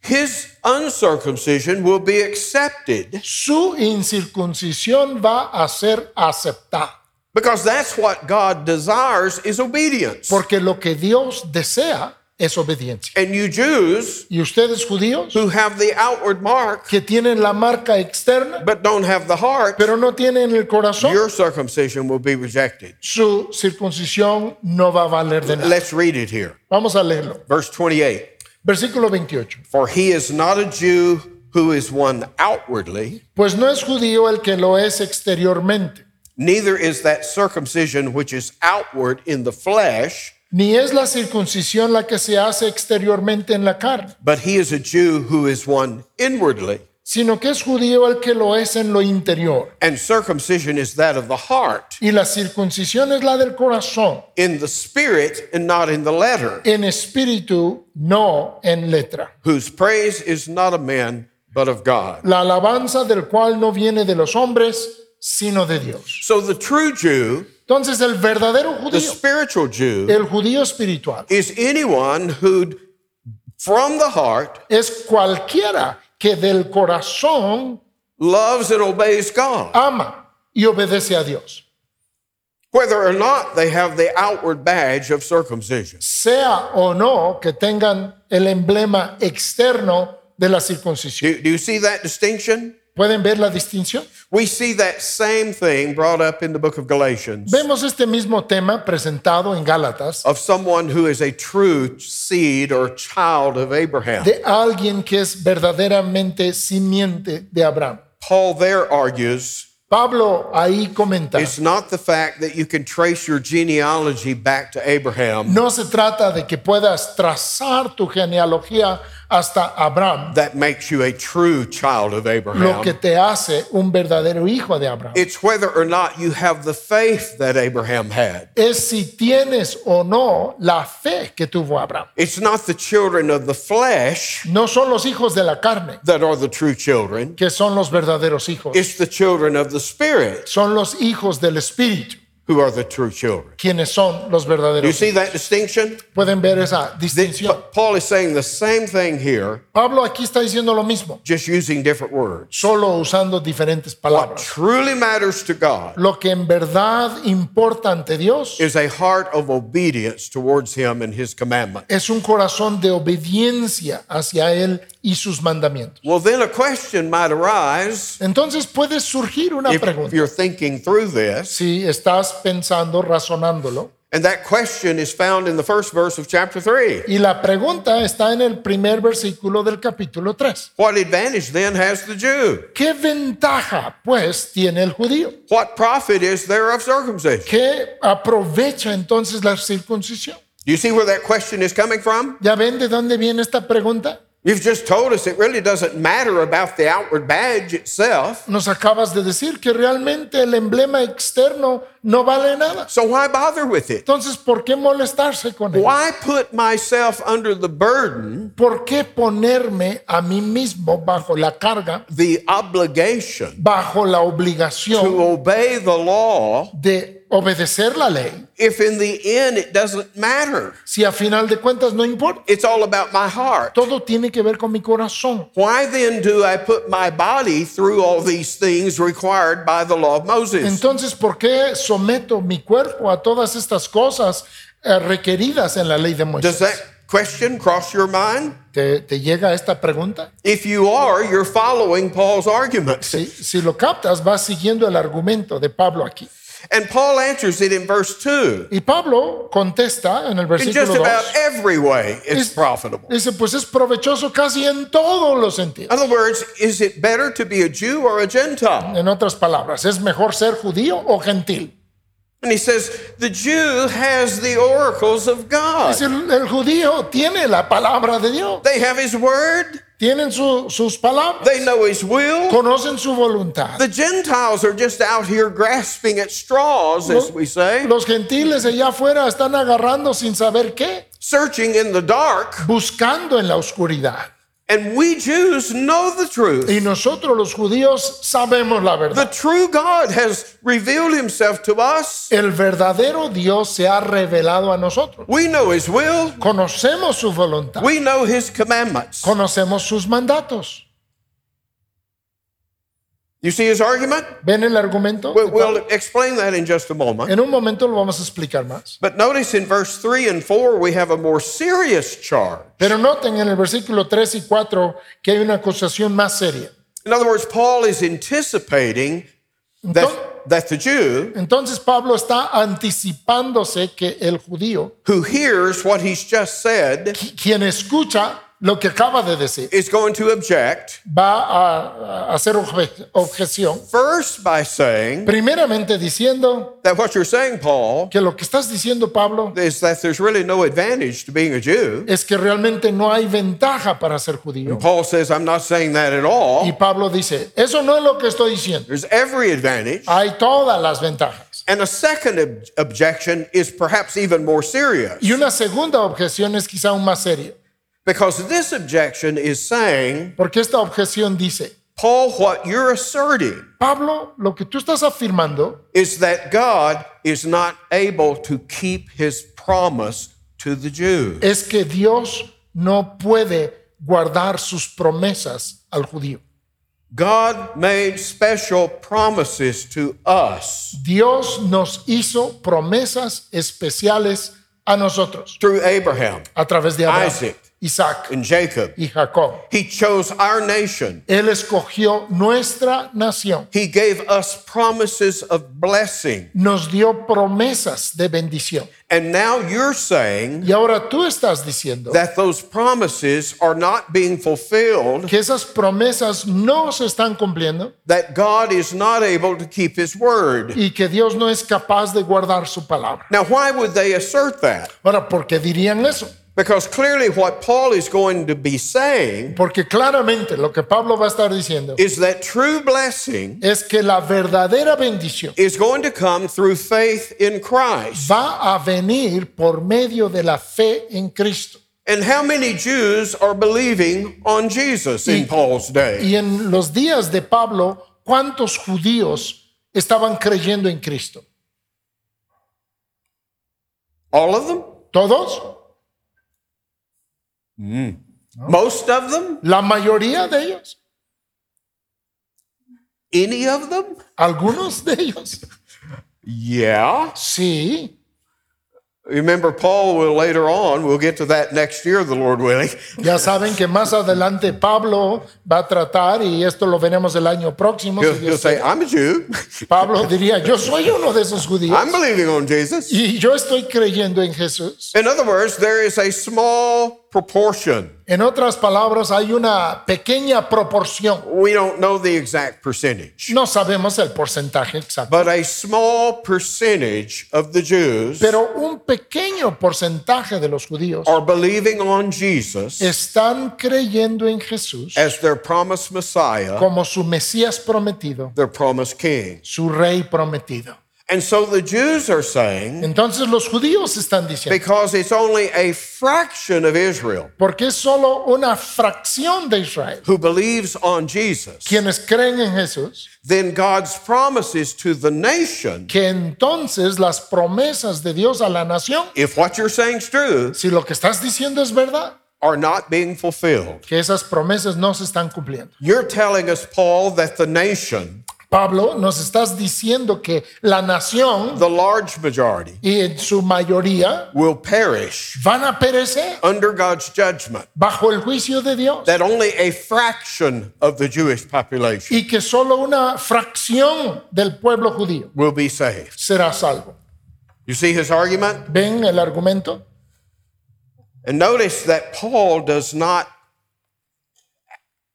Speaker 1: his uncircumcision will be accepted
Speaker 2: su incircuncisión va a ser aceptada.
Speaker 1: because that's what God desires is obedience.
Speaker 2: Porque lo que Dios desea es obediencia.
Speaker 1: And you Jews
Speaker 2: Y ustedes judíos
Speaker 1: who have the outward mark
Speaker 2: que tienen la marca externa,
Speaker 1: but don't have the heart,
Speaker 2: pero no tienen el corazón,
Speaker 1: your circumcision will be rejected.
Speaker 2: su circuncisión no va a valer de nada.
Speaker 1: Let's read it here.
Speaker 2: Vamos a leerlo.
Speaker 1: Verse 28
Speaker 2: Versículo 28.
Speaker 1: For he is not a Jew who is one outwardly,
Speaker 2: Pues no es judío el que lo es exteriormente,
Speaker 1: neither is that circumcision which is outward in the flesh,
Speaker 2: ni es la circuncisión la que se hace exteriormente en la carne,
Speaker 1: but he is a Jew who is one inwardly.
Speaker 2: sino que es judío el que lo es en lo interior.
Speaker 1: And circumcision is that of the heart,
Speaker 2: Y la circuncisión es la del corazón,
Speaker 1: in the spirit and not in the letter,
Speaker 2: en espíritu, no en letra.
Speaker 1: whose praise is not of men, but of God.
Speaker 2: La alabanza del cual no viene de los hombres, sino de Dios.
Speaker 1: So the true Jew,
Speaker 2: Entonces el verdadero
Speaker 1: the
Speaker 2: judío,
Speaker 1: spiritual Jew,
Speaker 2: el judío espiritual,
Speaker 1: is anyone who, from the heart,
Speaker 2: es cualquiera que del corazón
Speaker 1: loves and obeys God,
Speaker 2: ama y obedece a Dios.
Speaker 1: whether or not they have the outward badge of circumcision.
Speaker 2: sea o no que tengan el emblema externo de la circuncisión.
Speaker 1: Do, do you see that distinction?
Speaker 2: ¿Pueden ver la distinción?
Speaker 1: We see that same thing brought up in the book of Galatians
Speaker 2: Vemos este mismo tema presentado en Gálatas
Speaker 1: of someone who is a true seed or child of Abraham.
Speaker 2: de alguien que es verdaderamente simiente de Abraham.
Speaker 1: Paul there argues
Speaker 2: Pablo ahí comenta,
Speaker 1: it's not the fact that you can trace your genealogy back to Abraham
Speaker 2: no se trata de que puedas trazar tu genealogía hasta Abraham,
Speaker 1: that makes you a true child of
Speaker 2: lo que
Speaker 1: Abraham.
Speaker 2: te hace un verdadero hijo de Abraham.
Speaker 1: It's whether or not you have the faith that Abraham had.
Speaker 2: Es si tienes o no la fe que tuvo Abraham.
Speaker 1: It's not the children of the flesh
Speaker 2: No son los hijos de la carne,
Speaker 1: that are the true children,
Speaker 2: que son los verdaderos hijos.
Speaker 1: it's the children of the spirit
Speaker 2: Son los hijos del Espíritu
Speaker 1: who are the true children.
Speaker 2: quienes son los
Speaker 1: Do you
Speaker 2: verdaderos.
Speaker 1: see that distinction?
Speaker 2: Pueden ver esa
Speaker 1: Th-
Speaker 2: distinción.
Speaker 1: Pa- Paul is saying the same thing here,
Speaker 2: Pablo aquí está diciendo lo mismo,
Speaker 1: just using different words.
Speaker 2: solo usando diferentes
Speaker 1: What
Speaker 2: palabras.
Speaker 1: truly matters to God
Speaker 2: Lo que en verdad importa ante Dios
Speaker 1: is a heart of obedience towards Him and His commandment.
Speaker 2: es un corazón de obediencia hacia Él y sus mandamientos.
Speaker 1: Well, then a question might arise
Speaker 2: Entonces puede surgir una
Speaker 1: if
Speaker 2: pregunta.
Speaker 1: you're thinking through this,
Speaker 2: Si estás pensando, razonándolo,
Speaker 1: and that question is found in the first verse of chapter 3.
Speaker 2: y la pregunta está en el primer versículo del capítulo 3.
Speaker 1: What advantage then has the Jew?
Speaker 2: ¿Qué ventaja, pues, tiene el judío?
Speaker 1: What profit is there of circumcision?
Speaker 2: que aprovecha entonces la circuncisión.
Speaker 1: Do you see where that question is coming from?
Speaker 2: ¿Ya ven de dónde viene esta pregunta?
Speaker 1: You've just told us it really doesn't matter about the outward badge itself.
Speaker 2: Nos acabas de decir que realmente el emblema externo no vale nada.
Speaker 1: So why bother with it?
Speaker 2: Entonces, ¿por qué molestarse con él?
Speaker 1: Why put myself under the burden,
Speaker 2: ¿Por qué ponerme a mí mismo bajo la carga,
Speaker 1: the obligation
Speaker 2: bajo la
Speaker 1: to
Speaker 2: obligación
Speaker 1: obey the law
Speaker 2: de obedecer la ley
Speaker 1: if in the end it doesn't matter?
Speaker 2: si a final de cuentas no importa?
Speaker 1: It's all about my heart.
Speaker 2: Todo tiene que ver con mi corazón.
Speaker 1: Why then do I put my body through all these things required by the law of Moses?
Speaker 2: Entonces, ¿por qué someto mi cuerpo a todas estas cosas eh, requeridas en la ley de
Speaker 1: Does
Speaker 2: Moisés?
Speaker 1: that question cross your mind?
Speaker 2: ¿Te, te llega esta pregunta?
Speaker 1: If you are, you're following Paul's argument.
Speaker 2: Sí, si lo captas, vas siguiendo el argumento de Pablo aquí.
Speaker 1: And Paul answers it in verse 2.
Speaker 2: Y Pablo contesta en el
Speaker 1: In just
Speaker 2: versículo 2.
Speaker 1: about every way, it's
Speaker 2: Is-
Speaker 1: profitable.
Speaker 2: Dice, pues es provechoso casi en todos los sentidos.
Speaker 1: In other words, is it better to be a Jew or a Gentile?
Speaker 2: En otras palabras, ¿es mejor ser judío o gentil?
Speaker 1: And he says, the Jew has the oracles of God.
Speaker 2: Dice, el, el judío tiene la palabra de Dios.
Speaker 1: They have his word,
Speaker 2: Tienen su- sus palabras.
Speaker 1: they know his will.
Speaker 2: Conocen su voluntad.
Speaker 1: The Gentiles are just out here grasping at straws, as we say,
Speaker 2: Los gentiles allá afuera están agarrando sin saber qué,
Speaker 1: searching in the dark.
Speaker 2: buscando en la oscuridad.
Speaker 1: And we Jews know the truth.
Speaker 2: Y nosotros los judíos sabemos la
Speaker 1: The
Speaker 2: verdad.
Speaker 1: true God has revealed himself to us.
Speaker 2: El verdadero Dios se ha revelado a nosotros.
Speaker 1: We know his will,
Speaker 2: Conocemos su voluntad.
Speaker 1: we know his commandments.
Speaker 2: Conocemos sus mandatos.
Speaker 1: You see his argument?
Speaker 2: ¿Ven el argumento?
Speaker 1: We- We'll explain that in just a moment.
Speaker 2: En un momento lo vamos a explicar más.
Speaker 1: But notice in verse 3 and 4, we have a more serious charge.
Speaker 2: Pero noten en el versículo 3 y 4 que hay una acusación más seria.
Speaker 1: In other words, Paul is anticipating that, that the Jew
Speaker 2: Entonces Pablo está anticipándose que el judío,
Speaker 1: who hears what he's just said
Speaker 2: qui- quien escucha lo que acaba de decir,
Speaker 1: is going to object
Speaker 2: va a, a hacer obje- objeción.
Speaker 1: first by saying
Speaker 2: Primeramente diciendo
Speaker 1: that what you're saying, Paul,
Speaker 2: que lo que estás diciendo, Pablo,
Speaker 1: is that there's really no advantage to being a Jew.
Speaker 2: es que realmente no hay ventaja para ser judío.
Speaker 1: Paul says, I'm not saying that at
Speaker 2: Y
Speaker 1: all.
Speaker 2: Pablo dice, eso no es lo que estoy diciendo.
Speaker 1: There's every advantage.
Speaker 2: Hay todas las ventajas.
Speaker 1: And a second ob- objection is perhaps even more serious
Speaker 2: Y una segunda objeción es quizá aún más seria,
Speaker 1: because this objection is saying,
Speaker 2: porque esta objeción dice,
Speaker 1: Paul, what you're asserting
Speaker 2: Pablo, lo que tú estás afirmando
Speaker 1: is that God is not able to keep his promise to the Jew.
Speaker 2: es que Dios no puede guardar sus promesas al judío.
Speaker 1: God made special promises to us
Speaker 2: Dios nos hizo promesas especiales a nosotros.
Speaker 1: through Abraham
Speaker 2: a través de Abraham,
Speaker 1: Isaac.
Speaker 2: Isaac
Speaker 1: and Jacob.
Speaker 2: y Jacob.
Speaker 1: He chose our nation.
Speaker 2: Él escogió nuestra nación,
Speaker 1: He gave us promises of blessing.
Speaker 2: nos dio promesas de bendición.
Speaker 1: And now you're saying
Speaker 2: Y ahora tú estás diciendo
Speaker 1: that those promises are not being fulfilled,
Speaker 2: que esas promesas no se están cumpliendo
Speaker 1: that God is not able to keep his word.
Speaker 2: y que Dios no es capaz de guardar su palabra.
Speaker 1: Now, why would they assert that?
Speaker 2: Ahora, ¿por qué dirían eso?
Speaker 1: Because clearly, what Paul is going to be saying
Speaker 2: Porque claramente lo que Pablo va a estar diciendo
Speaker 1: is that true blessing
Speaker 2: es que la verdadera bendición
Speaker 1: is going to come through faith in Christ.
Speaker 2: va a venir por medio de la fe en Cristo.
Speaker 1: And how many Jews are believing on Jesus in Paul's day?
Speaker 2: Y en los días de Pablo, ¿cuántos judíos estaban creyendo en Cristo?
Speaker 1: All of
Speaker 2: Oh.
Speaker 1: them?
Speaker 2: ¿Todos?
Speaker 1: Most of them?
Speaker 2: ¿La mayoría de ellos?
Speaker 1: Any of them?
Speaker 2: ¿Algunos de ellos?
Speaker 1: Yeah.
Speaker 2: Sí.
Speaker 1: Remember, Paul will later on, we'll get to that next year, the Lord willing.
Speaker 2: Ya saben que más adelante Pablo va a tratar, y esto lo veremos el año próximo. si
Speaker 1: He'll,
Speaker 2: Dios
Speaker 1: he'll say,
Speaker 2: quiere.
Speaker 1: I'm a Jew.
Speaker 2: Pablo diría, yo soy uno de esos judíos
Speaker 1: I'm believing on Jesus.
Speaker 2: y yo estoy creyendo en Jesús.
Speaker 1: In other words, there is a small proportion.
Speaker 2: En otras palabras, hay una pequeña proporción.
Speaker 1: We don't know the exact percentage,
Speaker 2: No sabemos el porcentaje exacto,
Speaker 1: but a small percentage of the Jews
Speaker 2: pero un pequeño porcentaje de los judíos
Speaker 1: are believing on Jesus
Speaker 2: están creyendo en Jesús
Speaker 1: as their promised Messiah,
Speaker 2: como su Mesías prometido,
Speaker 1: their promised King.
Speaker 2: su Rey prometido.
Speaker 1: And so the Jews are saying,
Speaker 2: Entonces los judíos están diciendo,
Speaker 1: because it's only a fraction of Israel
Speaker 2: porque es solo una fracción de Israel
Speaker 1: who believes on Jesus,
Speaker 2: quienes creen en Jesús,
Speaker 1: then God's promises to the nation,
Speaker 2: que entonces las promesas de Dios a la nación,
Speaker 1: if what you're saying's true,
Speaker 2: si lo que estás diciendo es verdad,
Speaker 1: are not being fulfilled.
Speaker 2: que esas promesas no se están cumpliendo.
Speaker 1: You're telling us, Paul, that the nation,
Speaker 2: Pablo, nos estás diciendo que la nación
Speaker 1: the large majority,
Speaker 2: y en su mayoría
Speaker 1: will perish
Speaker 2: van a perecer
Speaker 1: under God's judgment,
Speaker 2: bajo el juicio de Dios
Speaker 1: that only a fraction of the Jewish population
Speaker 2: y que solo una fracción del pueblo judío
Speaker 1: will be saved.
Speaker 2: será salvo.
Speaker 1: You see his argument?
Speaker 2: ¿Ven el argumento?
Speaker 1: And notice that Paul does not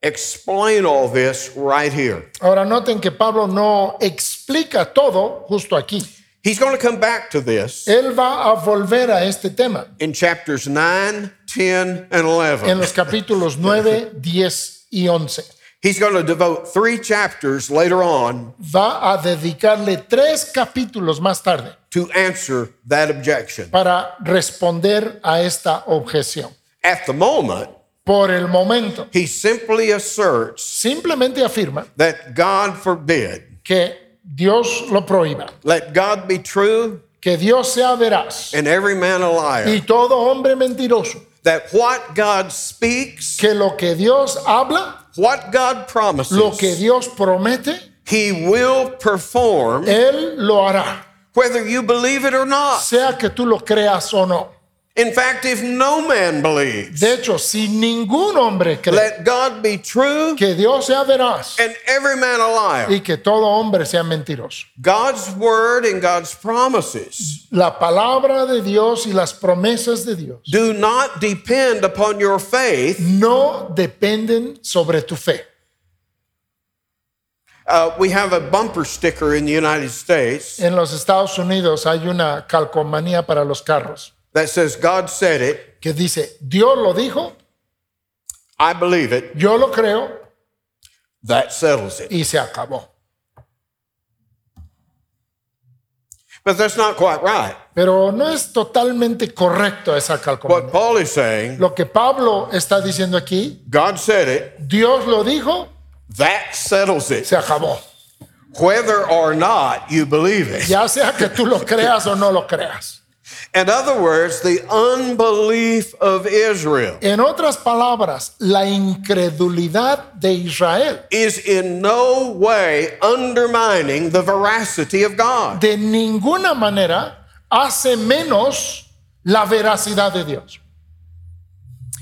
Speaker 1: explain all this right here.
Speaker 2: Ahora noten que Pablo no explica todo justo aquí.
Speaker 1: He's going to come back to this
Speaker 2: Él va a volver a este tema
Speaker 1: in chapters 9, 10, and
Speaker 2: en
Speaker 1: 11.
Speaker 2: los capítulos 9, 10 y 11.
Speaker 1: He's going to devote three chapters later on
Speaker 2: Va a dedicarle tres capítulos más tarde
Speaker 1: to answer that objection.
Speaker 2: para responder a esta objeción.
Speaker 1: At the moment,
Speaker 2: Por el momento,
Speaker 1: he simply asserts
Speaker 2: simplemente afirma
Speaker 1: that God forbid,
Speaker 2: que Dios lo prohíba,
Speaker 1: let God be true
Speaker 2: que Dios sea veraz
Speaker 1: and every man a
Speaker 2: y
Speaker 1: liar,
Speaker 2: todo hombre mentiroso,
Speaker 1: that what God speaks,
Speaker 2: que lo que Dios habla,
Speaker 1: what God
Speaker 2: lo que
Speaker 1: promises,
Speaker 2: Dios promete,
Speaker 1: he will perform
Speaker 2: Él lo hará,
Speaker 1: whether you believe it or not.
Speaker 2: sea que tú lo creas o no.
Speaker 1: In fact, if no man believes,
Speaker 2: De hecho, si ningún hombre cree
Speaker 1: let God be true
Speaker 2: que Dios sea veraz
Speaker 1: and every man a liar.
Speaker 2: y que todo hombre sea mentiroso,
Speaker 1: God's word and God's promises
Speaker 2: la palabra de Dios y las promesas de Dios
Speaker 1: do not depend upon your faith.
Speaker 2: no dependen sobre tu fe.
Speaker 1: Uh, we have a bumper sticker in the United States
Speaker 2: En los Estados Unidos hay una calcomanía para los carros
Speaker 1: that says, God said it,
Speaker 2: que dice, Dios lo dijo,
Speaker 1: I believe it,
Speaker 2: yo lo creo
Speaker 1: that settles it.
Speaker 2: y se acabó.
Speaker 1: But that's not quite right.
Speaker 2: Pero no es totalmente correcto esa
Speaker 1: What
Speaker 2: calcomanía.
Speaker 1: Paul is saying,
Speaker 2: Lo que Pablo está diciendo aquí,
Speaker 1: God said it,
Speaker 2: Dios lo dijo,
Speaker 1: that settles it,
Speaker 2: se acabó.
Speaker 1: whether or not you believe it.
Speaker 2: Ya sea que tú lo creas o no lo creas.
Speaker 1: In other words, the unbelief of Israel
Speaker 2: En otras palabras, la incredulidad de Israel
Speaker 1: is in no way undermining the veracity of God.
Speaker 2: de ninguna manera hace menos la veracidad de Dios.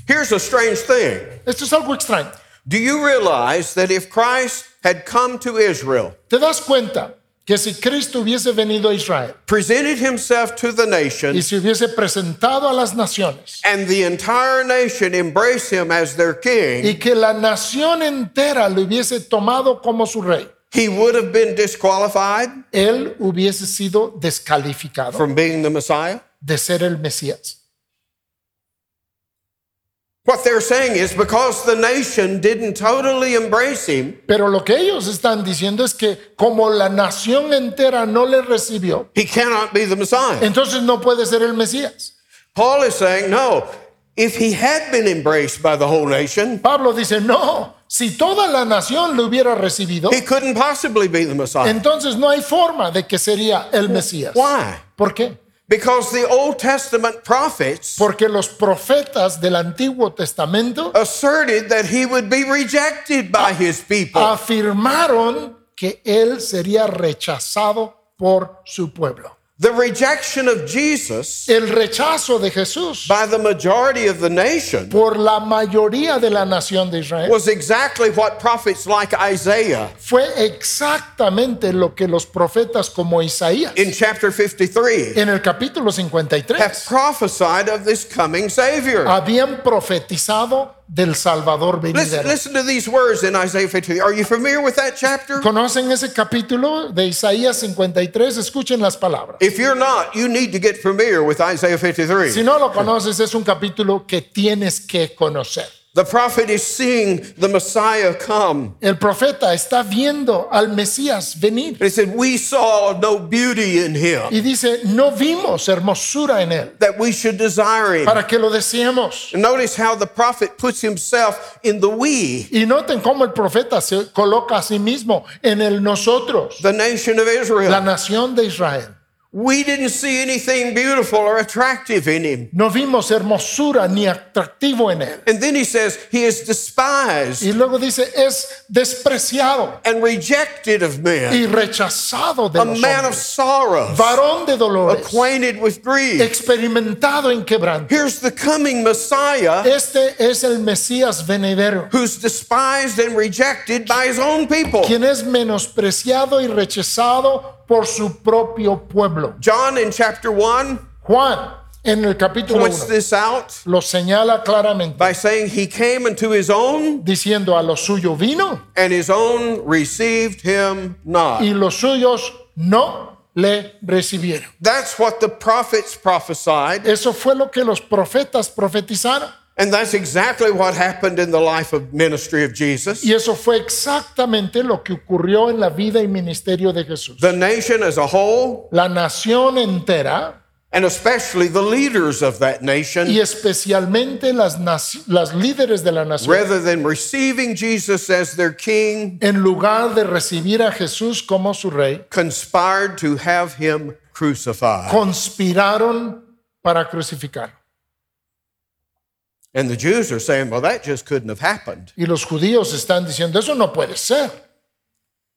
Speaker 1: Here's a strange thing.
Speaker 2: Esto es algo extraño.
Speaker 1: Do you realize that if Christ had come to Israel,
Speaker 2: ¿Te das cuenta que si Cristo hubiese venido a Israel
Speaker 1: presented himself to the nation,
Speaker 2: y se hubiese presentado a las naciones
Speaker 1: and the entire nation embraced him as their king,
Speaker 2: y que la nación entera lo hubiese tomado como su rey,
Speaker 1: he would have been disqualified
Speaker 2: él hubiese sido descalificado
Speaker 1: from being the Messiah?
Speaker 2: de ser el Mesías?
Speaker 1: What they're saying is because the nation didn't totally embrace him,
Speaker 2: Pero lo que ellos están diciendo es que como la nación entera no le recibió,
Speaker 1: he cannot be the Messiah.
Speaker 2: entonces no puede ser el Mesías.
Speaker 1: Paul is saying, no, if he had been embraced by the whole nation,
Speaker 2: Pablo dice, no, si toda la nación lo hubiera recibido,
Speaker 1: he couldn't possibly be the Messiah.
Speaker 2: entonces no hay forma de que sería el Mesías.
Speaker 1: Why?
Speaker 2: ¿Por qué?
Speaker 1: Because the Old Testament prophets
Speaker 2: Porque los profetas del Antiguo Testamento
Speaker 1: asserted that he would be rejected by his
Speaker 2: Uh,
Speaker 1: people.
Speaker 2: afirmaron que él sería rechazado por su pueblo.
Speaker 1: The rejection of Jesus
Speaker 2: El rechazo de Jesús
Speaker 1: by the majority of the nation
Speaker 2: por la mayoría de la nación de Israel
Speaker 1: was exactly what prophets like Isaiah
Speaker 2: fue exactamente lo que los profetas como Isaías
Speaker 1: in chapter 53
Speaker 2: en el capítulo
Speaker 1: have
Speaker 2: 53
Speaker 1: prophesied of this coming Savior.
Speaker 2: habían profetizado del Salvador
Speaker 1: Listen,
Speaker 2: venidero.
Speaker 1: listen to these words in Isaiah 53. Are you familiar with that chapter?
Speaker 2: ¿Conocen ese capítulo de Isaías 53? Escuchen las palabras.
Speaker 1: If you're not, you need to get familiar with Isaiah
Speaker 2: Si
Speaker 1: 53.
Speaker 2: no lo conoces, es un capítulo que tienes que conocer.
Speaker 1: The prophet is seeing the Messiah come.
Speaker 2: El profeta está viendo al Mesías venir
Speaker 1: And he said, We saw no beauty in him,
Speaker 2: y dice, no vimos hermosura en él
Speaker 1: that we should desire him.
Speaker 2: para que lo deseemos.
Speaker 1: And notice how the prophet puts himself in the we,
Speaker 2: Y noten cómo el profeta se coloca a sí mismo en el nosotros,
Speaker 1: the nation of
Speaker 2: la
Speaker 1: Israel.
Speaker 2: nación de Israel.
Speaker 1: We didn't see anything beautiful or attractive in him.
Speaker 2: No vimos hermosura ni atractivo en él.
Speaker 1: And then he says, He is despised
Speaker 2: Y luego dice, es despreciado
Speaker 1: and rejected of men,
Speaker 2: y rechazado de
Speaker 1: a
Speaker 2: los
Speaker 1: man of
Speaker 2: hombres,
Speaker 1: sorrows,
Speaker 2: varón de dolores,
Speaker 1: acquainted with grief.
Speaker 2: experimentado en quebranto.
Speaker 1: Here's the coming Messiah
Speaker 2: Este es el Mesías venidero,
Speaker 1: who's despised and rejected by his own people.
Speaker 2: quien es menospreciado y rechazado por su propio pueblo.
Speaker 1: John in chapter 1
Speaker 2: Juan, en el capítulo 1,
Speaker 1: points this out
Speaker 2: lo señala claramente,
Speaker 1: by saying, He came unto his own,
Speaker 2: diciendo, a lo suyo vino
Speaker 1: and his own received him not.
Speaker 2: y los suyos no le recibieron.
Speaker 1: That's what the prophets prophesied,
Speaker 2: Eso fue lo que los profetas profetizaron.
Speaker 1: and that's exactly what happened in the life of ministry of Jesus.
Speaker 2: Y eso fue exactamente lo que ocurrió en la vida y ministerio de Jesús.
Speaker 1: The nation as a whole,
Speaker 2: La nación entera
Speaker 1: and especially the leaders of that
Speaker 2: y
Speaker 1: nation,
Speaker 2: especialmente las, naci- las líderes de la nación,
Speaker 1: rather than receiving Jesus as their king,
Speaker 2: en lugar de recibir a Jesús como su rey,
Speaker 1: conspired to have him crucified.
Speaker 2: conspiraron para crucificarlo.
Speaker 1: And the Jews are saying, well, that just couldn't have happened.
Speaker 2: Y los judíos están diciendo, eso no puede ser.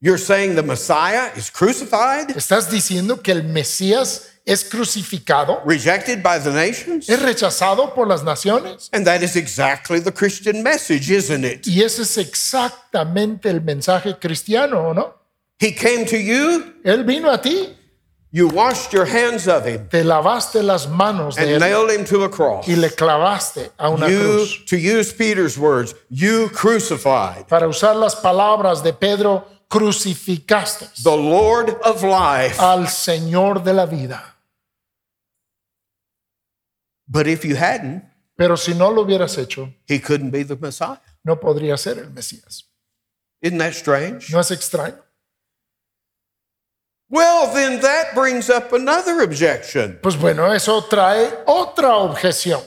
Speaker 1: You're saying the Messiah is crucified,
Speaker 2: ¿Estás diciendo que el Mesías es crucificado?
Speaker 1: rejected by the nations?
Speaker 2: ¿Es rechazado por las naciones?
Speaker 1: And that is exactly the Christian message, isn't it?
Speaker 2: Y ese es exactamente el mensaje cristiano, ¿o no?
Speaker 1: He came to you,
Speaker 2: Él vino a ti,
Speaker 1: you washed your hands of him
Speaker 2: te lavaste las manos de
Speaker 1: and
Speaker 2: él
Speaker 1: nailed him to a cross.
Speaker 2: y le clavaste a una
Speaker 1: You,
Speaker 2: cruz.
Speaker 1: to use Peter's words, you crucified
Speaker 2: Para usar las palabras de Pedro, crucificaste
Speaker 1: the Lord of life.
Speaker 2: al Señor de la vida.
Speaker 1: But if you hadn't,
Speaker 2: Pero si no lo hubieras hecho,
Speaker 1: he couldn't be the Messiah.
Speaker 2: no podría ser el Mesías.
Speaker 1: Isn't that strange?
Speaker 2: ¿No es extraño?
Speaker 1: Well, then that brings up another objection.
Speaker 2: Pues bueno, eso trae otra objeción.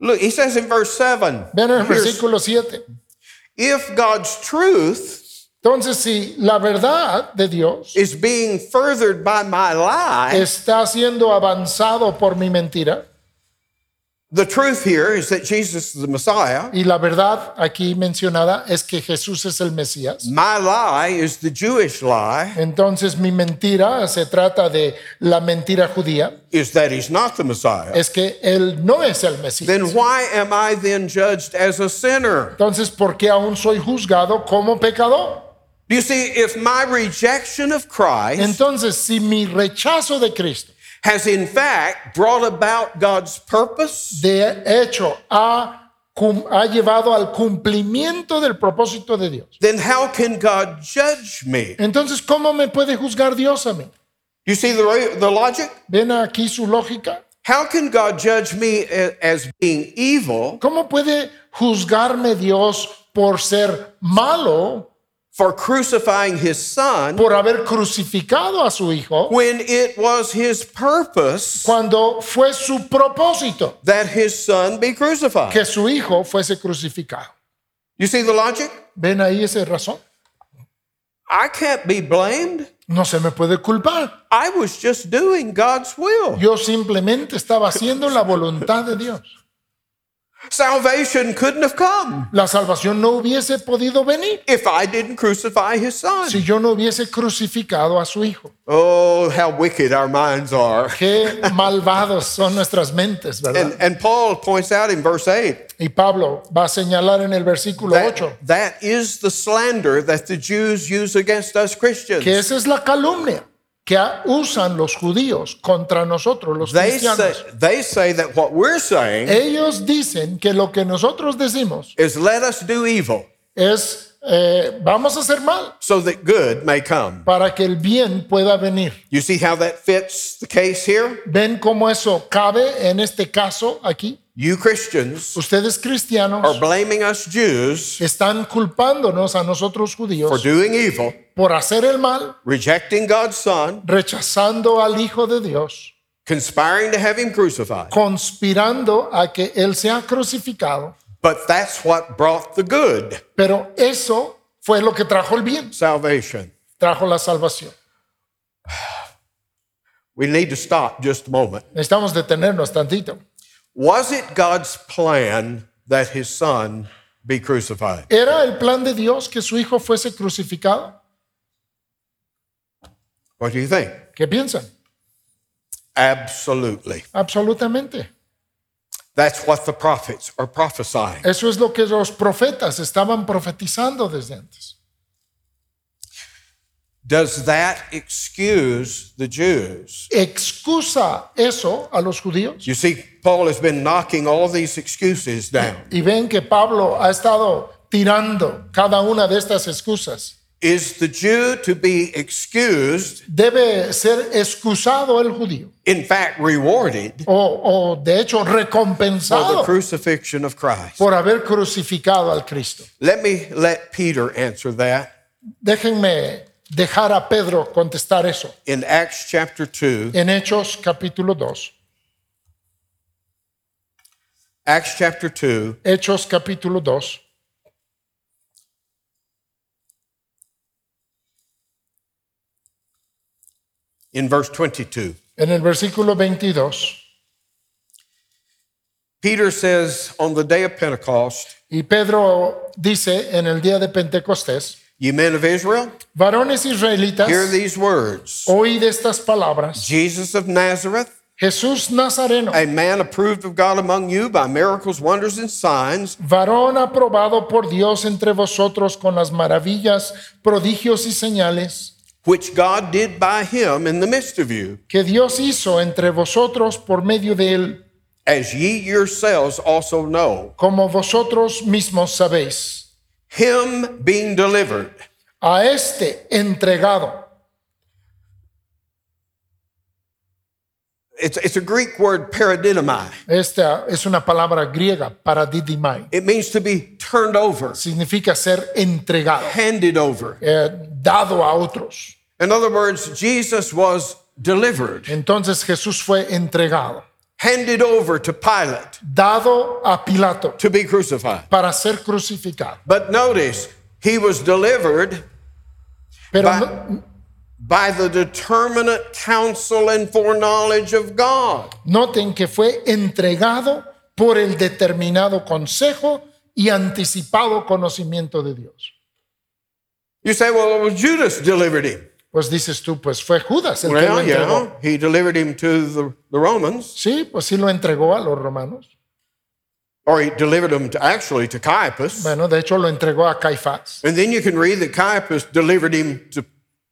Speaker 1: Look, he says in verse 7
Speaker 2: Vean el
Speaker 1: here's-
Speaker 2: versículo 7.
Speaker 1: if God's truth
Speaker 2: Entonces, si la verdad de Dios
Speaker 1: is being furthered by my lie,
Speaker 2: está siendo avanzado por mi mentira,
Speaker 1: the truth here is that Jesus is the Messiah.
Speaker 2: y la verdad aquí mencionada es que Jesús es el Mesías,
Speaker 1: My lie is the Jewish lie,
Speaker 2: Entonces mi mentira se trata de la mentira judía,
Speaker 1: is that he's not the Messiah.
Speaker 2: es que él no es el Mesías.
Speaker 1: Then why am I then judged as a sinner?
Speaker 2: Entonces, ¿por qué aún soy juzgado como pecador?
Speaker 1: Do you see, if my rejection of Christ
Speaker 2: Entonces, si mi rechazo de Cristo
Speaker 1: has in fact brought about God's purpose,
Speaker 2: de hecho ha, cum- ha llevado al cumplimiento del propósito de Dios,
Speaker 1: then how can God judge me?
Speaker 2: entonces, ¿cómo me puede juzgar Dios a mí?
Speaker 1: You see the, ro- the logic?
Speaker 2: ¿Ven aquí su lógica?
Speaker 1: How can God judge me a- as being evil
Speaker 2: ¿Cómo puede juzgarme Dios por ser malo,
Speaker 1: for crucifying his son
Speaker 2: por haber crucificado a su hijo?
Speaker 1: when it was his purpose
Speaker 2: cuando fue su propósito
Speaker 1: that his son be crucified?
Speaker 2: que su hijo fuese crucificado.
Speaker 1: You see the logic?
Speaker 2: ¿Ven ahí esa razón?
Speaker 1: I can't be blamed.
Speaker 2: No se me puede culpar.
Speaker 1: I was just doing God's will.
Speaker 2: Yo simplemente estaba haciendo la voluntad de Dios.
Speaker 1: Salvation couldn't have come
Speaker 2: La salvación no hubiese podido venir
Speaker 1: if I didn't crucify his son.
Speaker 2: si yo no hubiese crucificado a su hijo.
Speaker 1: Oh, how wicked our minds are.
Speaker 2: Qué malvados son nuestras mentes,
Speaker 1: And,
Speaker 2: ¿verdad?
Speaker 1: and Paul points out in verse 8
Speaker 2: Y Pablo va a señalar en el versículo 8
Speaker 1: that, that is the slander that the Jews use against us
Speaker 2: que
Speaker 1: Christians.
Speaker 2: esa es la calumnia que a- usan los judíos contra nosotros, los
Speaker 1: They say,
Speaker 2: cristianos. Eh.
Speaker 1: they say that what we're saying
Speaker 2: Ellos dicen que lo que nosotros decimos
Speaker 1: is let us do evil
Speaker 2: es eh, vamos a hacer mal
Speaker 1: so that good may come.
Speaker 2: para que el bien pueda venir.
Speaker 1: You see how that fits the case here?
Speaker 2: ¿Ven cómo eso cabe en este caso aquí?
Speaker 1: You Christians
Speaker 2: Ustedes
Speaker 1: are
Speaker 2: cristianos
Speaker 1: blaming us Jews
Speaker 2: están culpándonos a nosotros
Speaker 1: for
Speaker 2: judíos
Speaker 1: doing evil,
Speaker 2: por hacer el mal,
Speaker 1: rejecting God's Son,
Speaker 2: rechazando al Hijo de Dios,
Speaker 1: conspiring to have him crucified.
Speaker 2: conspirando a que Él sea crucificado.
Speaker 1: But that's what brought the good
Speaker 2: Pero eso fue lo que trajo el bien,
Speaker 1: salvation.
Speaker 2: trajo la salvación.
Speaker 1: We need to stop just a moment.
Speaker 2: Necesitamos detenernos tantito.
Speaker 1: Was it God's plan that his son be crucified?
Speaker 2: ¿Era el plan de Dios que su Hijo fuese crucificado?
Speaker 1: What do you think?
Speaker 2: ¿Qué piensan?
Speaker 1: Absolutely.
Speaker 2: Absolutamente.
Speaker 1: That's what the prophets are prophesying.
Speaker 2: Eso es lo que los profetas estaban profetizando desde antes.
Speaker 1: Does that excuse the Jews?
Speaker 2: ¿Excusa eso a los judíos?
Speaker 1: You see, Paul has been knocking all these excuses down.
Speaker 2: Y ven que Pablo ha estado tirando cada una de estas excusas.
Speaker 1: Is the Jew to be excused,
Speaker 2: Debe ser excusado el judío
Speaker 1: in fact, rewarded
Speaker 2: o, o de hecho
Speaker 1: for the
Speaker 2: recompensado
Speaker 1: crucifixion of Christ?
Speaker 2: por haber crucificado al Cristo.
Speaker 1: Let me let Peter answer that
Speaker 2: Déjenme dejar a Pedro contestar eso
Speaker 1: in Acts chapter 2.
Speaker 2: en Hechos capítulo 2.
Speaker 1: Acts chapter 2,
Speaker 2: Hechos capítulo 2.
Speaker 1: in verse 22.
Speaker 2: En el versículo 22,
Speaker 1: Peter says, On the day of Pentecost,
Speaker 2: y Pedro dice en el día de Pentecostés,
Speaker 1: ye men of Israel,
Speaker 2: varones israelitas,
Speaker 1: hear these words
Speaker 2: oíd estas palabras.
Speaker 1: Jesus of Nazareth,
Speaker 2: Jesús Nazareno,
Speaker 1: a man approved of God among you by miracles, wonders, and signs,
Speaker 2: varón aprobado por Dios entre vosotros con las maravillas, prodigios y señales
Speaker 1: which God did by him in the midst of you,
Speaker 2: que Dios hizo entre vosotros por medio de él,
Speaker 1: as ye yourselves also know.
Speaker 2: como vosotros mismos sabéis.
Speaker 1: Him being delivered
Speaker 2: A este entregado.
Speaker 1: It's, it's a Greek word, paradidimai.
Speaker 2: Esta es una palabra griega para didimai.
Speaker 1: It means to be turned over,
Speaker 2: Significa ser entregado,
Speaker 1: handed over.
Speaker 2: eh, dado a otros.
Speaker 1: In other words, Jesus was delivered,
Speaker 2: Entonces Jesús fue entregado,
Speaker 1: handed over to Pilate
Speaker 2: dado a Pilato
Speaker 1: to be crucified.
Speaker 2: para ser crucificado.
Speaker 1: But notice, he was delivered
Speaker 2: Pero
Speaker 1: Ba-
Speaker 2: no,
Speaker 1: by the determinate counsel and foreknowledge of God.
Speaker 2: noten que fue entregado por el determinado consejo y anticipado conocimiento de Dios.
Speaker 1: You say, well, well, Judas delivered him.
Speaker 2: Pues dices tú, pues fue Judas el que lo
Speaker 1: Well,
Speaker 2: entregó.
Speaker 1: yeah, he delivered him to the, the Romans,
Speaker 2: Sí, pues sí lo entregó a los romanos.
Speaker 1: or he delivered him to, actually to Caiaphas.
Speaker 2: Bueno, de hecho lo entregó a Caifás.
Speaker 1: And then you can read that Caiaphas delivered him to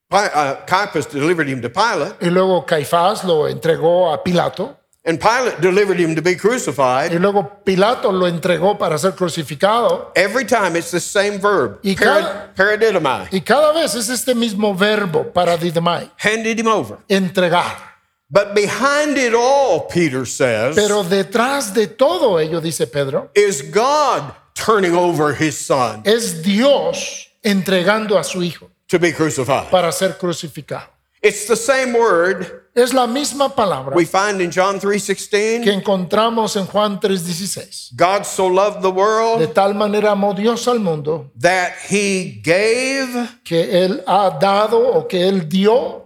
Speaker 1: Pi- uh, Caiaphas delivered him to Pilate,
Speaker 2: Y luego Caifás lo entregó a Pilato.
Speaker 1: and Pilate delivered him to be
Speaker 2: Y
Speaker 1: crucified.
Speaker 2: luego Pilato lo entregó para ser crucificado.
Speaker 1: Every time it's the same verb,
Speaker 2: Y
Speaker 1: para,
Speaker 2: cada-
Speaker 1: paradidomai,
Speaker 2: Y cada vez es este mismo verbo para didmai,
Speaker 1: handed him over.
Speaker 2: entregar.
Speaker 1: But behind it all, Peter says,
Speaker 2: Pero detrás de todo ello, dice Pedro,
Speaker 1: is God turning over his son
Speaker 2: es Dios entregando a su Hijo
Speaker 1: to be crucified.
Speaker 2: para ser crucificado.
Speaker 1: It's the same word
Speaker 2: Es la misma palabra
Speaker 1: we find in John 3:16.
Speaker 2: que encontramos en Juan 3:16.
Speaker 1: God so loved the
Speaker 2: De
Speaker 1: world
Speaker 2: tal manera amó Dios al mundo
Speaker 1: that he gave,
Speaker 2: que Él ha dado o que Él dio,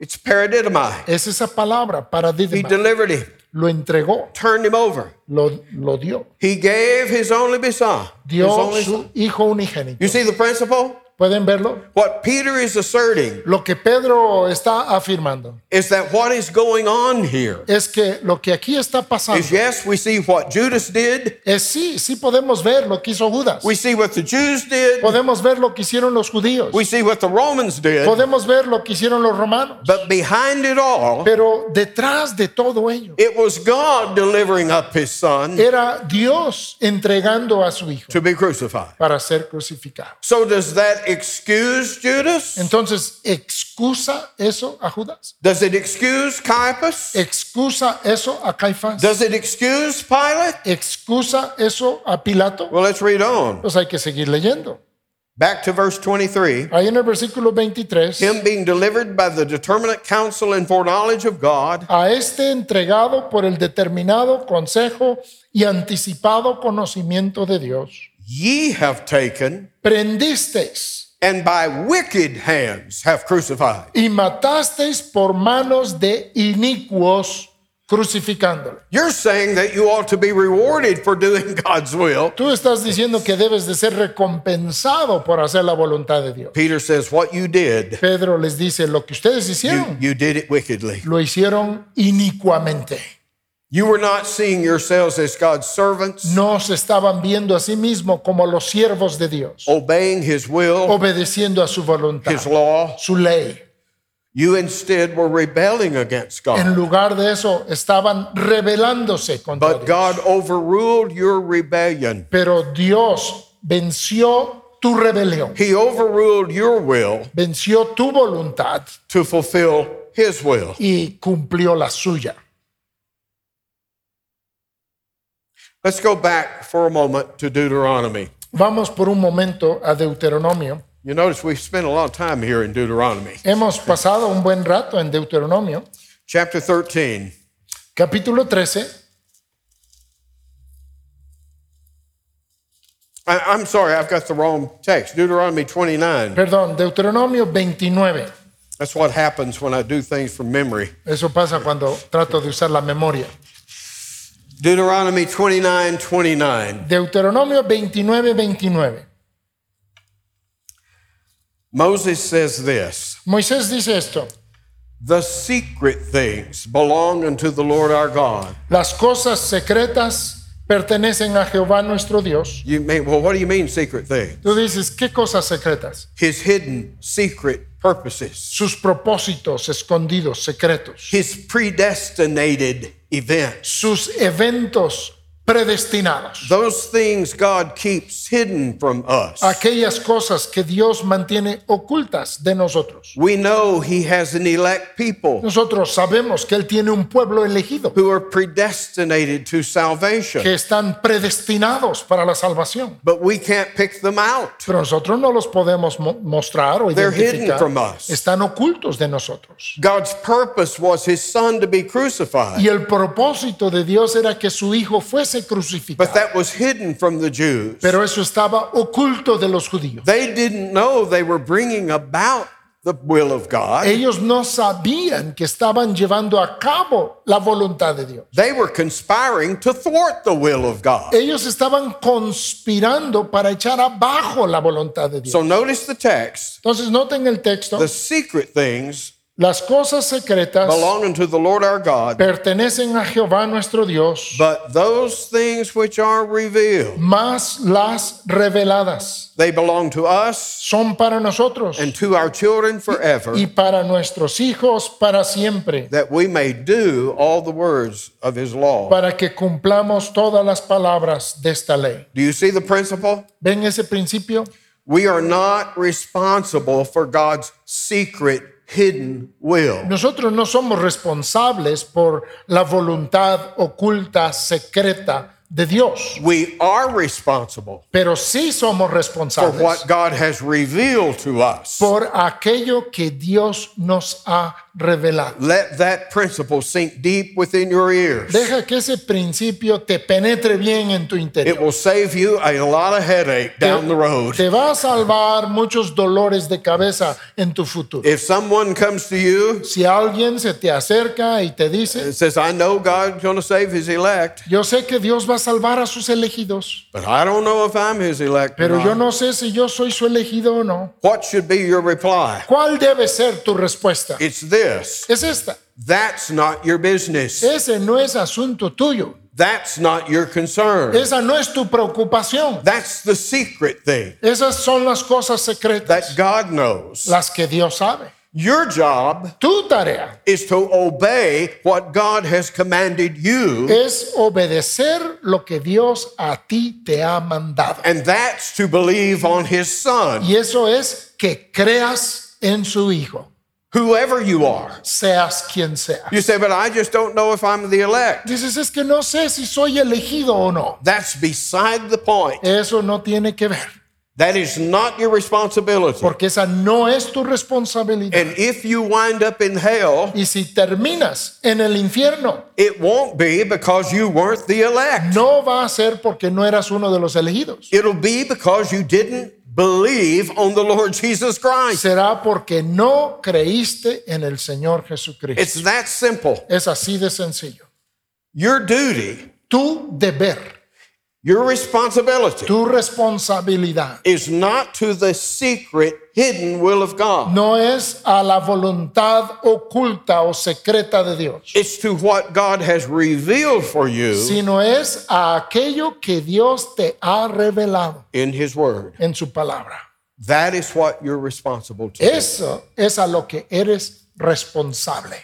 Speaker 1: it's paradidomai.
Speaker 2: es esa palabra para
Speaker 1: He
Speaker 2: didimai.
Speaker 1: delivered him,
Speaker 2: Lo entregó,
Speaker 1: turned him over.
Speaker 2: lo, lo dio.
Speaker 1: He gave his only beson. His
Speaker 2: Dio
Speaker 1: only son.
Speaker 2: su Hijo unigénito.
Speaker 1: You see the principle?
Speaker 2: ¿Pueden verlo?
Speaker 1: What Peter is asserting
Speaker 2: Lo que Pedro está afirmando
Speaker 1: is that what is going on here
Speaker 2: es que lo que aquí está pasando
Speaker 1: is yes, we see what Judas did,
Speaker 2: Eh, sí, sí podemos ver lo que hizo Judas.
Speaker 1: we see what the Jews did,
Speaker 2: Podemos ver lo que hicieron los judíos.
Speaker 1: we see what the Romans did.
Speaker 2: Podemos ver lo que hicieron los romanos.
Speaker 1: But behind it all,
Speaker 2: Pero detrás de todo ello
Speaker 1: it was God delivering up his son
Speaker 2: era Dios entregando a su Hijo
Speaker 1: to be crucified.
Speaker 2: para ser crucificado.
Speaker 1: So, does that that excuse Judas?
Speaker 2: Entonces, ¿excusa eso a Judas?
Speaker 1: Does it excuse Caiaphas?
Speaker 2: ¿Excusa eso a Caifás?
Speaker 1: Does it excuse Pilate?
Speaker 2: ¿Excusa eso a Pilato?
Speaker 1: Well, let's read on.
Speaker 2: Pues hay que seguir leyendo.
Speaker 1: Back to verse 23.
Speaker 2: Ahí en el versículo 23,
Speaker 1: Him being delivered by the determinate counsel and foreknowledge of God,
Speaker 2: a este entregado por el determinado consejo y anticipado conocimiento de Dios,
Speaker 1: ye have taken
Speaker 2: prendisteis
Speaker 1: and by wicked hands have crucified.
Speaker 2: y matasteis por manos de inicuos crucificándole.
Speaker 1: You're saying that you ought to be rewarded for doing God's will.
Speaker 2: Tú estás diciendo que debes de ser recompensado por hacer la voluntad de Dios.
Speaker 1: Peter says, What you did,
Speaker 2: Pedro les dice, lo que ustedes
Speaker 1: you,
Speaker 2: hicieron,
Speaker 1: you did it wickedly.
Speaker 2: lo hicieron inicuamente.
Speaker 1: You were not seeing yourselves as God's servants,
Speaker 2: No se estaban viendo a sí mismos como los siervos de Dios,
Speaker 1: obeying His
Speaker 2: Oh,
Speaker 1: will,
Speaker 2: obedeciendo a su voluntad,
Speaker 1: His law.
Speaker 2: su ley.
Speaker 1: You instead were rebelling against
Speaker 2: En
Speaker 1: God.
Speaker 2: lugar de eso, estaban rebelándose contra
Speaker 1: But
Speaker 2: Dios.
Speaker 1: God overruled your rebellion,
Speaker 2: Pero Dios venció tu rebelión,
Speaker 1: He overruled your will
Speaker 2: venció tu voluntad
Speaker 1: to fulfill His will.
Speaker 2: y cumplió la suya.
Speaker 1: Let's go back for a moment to Deuteronomy.
Speaker 2: Vamos por un momento a Deuteronomio.
Speaker 1: You notice we spent a lot of time here in Deuteronomy.
Speaker 2: Hemos pasado un buen rato en Deuteronomio,
Speaker 1: Chapter 13,
Speaker 2: capítulo 13.
Speaker 1: I, I'm sorry, I've got the wrong text. Deuteronomy 29.
Speaker 2: Perdón, Deuteronomio 29.
Speaker 1: That's what happens when I do things from memory.
Speaker 2: Eso pasa cuando trato de usar la memoria.
Speaker 1: Deuteronomy 29 29.
Speaker 2: Deuteronomio 29, 29.
Speaker 1: Moses says this
Speaker 2: Moisés dice esto.
Speaker 1: The secret things belong unto the Lord our God.
Speaker 2: Las cosas secretas pertenecen a Jehová nuestro Dios.
Speaker 1: You may, well, what do you mean, secret thing?
Speaker 2: Tú dices, ¿qué cosas secretas?
Speaker 1: His hidden secret purposes,
Speaker 2: Sus propósitos escondidos, secretos.
Speaker 1: his predestinated events.
Speaker 2: Sus eventos predestinados.
Speaker 1: Those things God keeps hidden from us.
Speaker 2: Aquellas cosas que Dios mantiene ocultas de nosotros.
Speaker 1: We know He has an elect people
Speaker 2: Nosotros sabemos que Él tiene un pueblo elegido,
Speaker 1: who are predestinated to
Speaker 2: que
Speaker 1: salvation,
Speaker 2: están predestinados para la salvación.
Speaker 1: but we can't pick them out.
Speaker 2: Pero nosotros no los podemos mo- mostrar o
Speaker 1: They're hidden
Speaker 2: identificar.
Speaker 1: from us.
Speaker 2: Están ocultos de nosotros.
Speaker 1: God's purpose was his son to be crucified,
Speaker 2: Y el propósito de Dios era que su hijo fuese
Speaker 1: but
Speaker 2: crucificado.
Speaker 1: that was hidden from the Jews.
Speaker 2: Pero eso estaba oculto de los judíos.
Speaker 1: They didn't know they were bringing about the will of God.
Speaker 2: Ellos no sabían que estaban llevando a cabo la voluntad de Dios.
Speaker 1: They were conspiring to thwart the will of God.
Speaker 2: Ellos estaban conspirando para echar abajo la voluntad de Dios.
Speaker 1: So notice the text.
Speaker 2: Entonces noten el texto.
Speaker 1: The secret things
Speaker 2: Las cosas secretas
Speaker 1: belong unto the Lord our God,
Speaker 2: pertenecen a Jehová nuestro Dios,
Speaker 1: but those things which are revealed,
Speaker 2: más las reveladas
Speaker 1: they belong to us
Speaker 2: son para nosotros
Speaker 1: and to our children forever,
Speaker 2: y para nuestros hijos para siempre,
Speaker 1: that we may do all the words of his law.
Speaker 2: para que cumplamos todas las palabras de esta ley.
Speaker 1: Do you see the principle?
Speaker 2: ¿Ven ese principio?
Speaker 1: We are not responsible for God's secret, hidden will.
Speaker 2: Nosotros no somos responsables por la voluntad oculta, secreta de Dios,
Speaker 1: We are responsible
Speaker 2: pero sí somos
Speaker 1: for
Speaker 2: responsables
Speaker 1: what God has revealed to us.
Speaker 2: por aquello que Dios nos ha revelado.
Speaker 1: Let that principle sink deep within your ears.
Speaker 2: Deja que ese principio te penetre bien en tu
Speaker 1: It
Speaker 2: interior.
Speaker 1: will save you a lot of headache down the road.
Speaker 2: Te va a salvar muchos dolores de cabeza en tu futuro.
Speaker 1: If someone comes to you
Speaker 2: Si alguien se te acerca y te dice,
Speaker 1: and says, I know God's going to save his elect,
Speaker 2: yo sé que Dios va a salvar a sus elegidos,
Speaker 1: but I don't know if I'm his elect, or
Speaker 2: pero yo
Speaker 1: not,"
Speaker 2: no sé si yo soy su elegido o no.
Speaker 1: what should be your reply?
Speaker 2: ¿Cuál debe ser tu respuesta?
Speaker 1: It's this
Speaker 2: Es esta.
Speaker 1: that's not your business,
Speaker 2: Ese no es asunto tuyo.
Speaker 1: that's not your concern.
Speaker 2: Esa no es tu preocupación.
Speaker 1: That's the secret thing
Speaker 2: Esas son las cosas
Speaker 1: that
Speaker 2: secretas,
Speaker 1: God knows.
Speaker 2: las que Dios sabe.
Speaker 1: Your job
Speaker 2: Tu tarea
Speaker 1: is to obey what God has commanded you,
Speaker 2: es obedecer lo que Dios a ti te ha mandado.
Speaker 1: and that's to believe on His Son,
Speaker 2: Y eso es que creas en su Hijo,
Speaker 1: whoever you are.
Speaker 2: seas quien seas.
Speaker 1: You say, but I just don't know if I'm the elect.
Speaker 2: Dices, es que no sé si soy elegido o no.
Speaker 1: That's beside the point.
Speaker 2: Eso no tiene que ver,
Speaker 1: That is not your responsibility.
Speaker 2: porque esa no es tu responsabilidad.
Speaker 1: And if you wind up in hell,
Speaker 2: Y si terminas en el infierno,
Speaker 1: it won't be because you weren't the elect.
Speaker 2: no va a ser porque no eras uno de los elegidos.
Speaker 1: It'll be because you didn't believe on the Lord Jesus Christ.
Speaker 2: Será porque no creíste en el Señor Jesucristo.
Speaker 1: It's that simple.
Speaker 2: Es así de sencillo.
Speaker 1: Your duty,
Speaker 2: Tu deber,
Speaker 1: your responsibility
Speaker 2: tu responsabilidad,
Speaker 1: is not to the secret, hidden will of God.
Speaker 2: no es a la voluntad oculta o secreta de Dios,
Speaker 1: It's to what God has revealed for you
Speaker 2: sino es a aquello que Dios te ha revelado
Speaker 1: in His Word.
Speaker 2: en su palabra.
Speaker 1: That is what you're responsible to. do.
Speaker 2: Eso es a lo que eres responsable.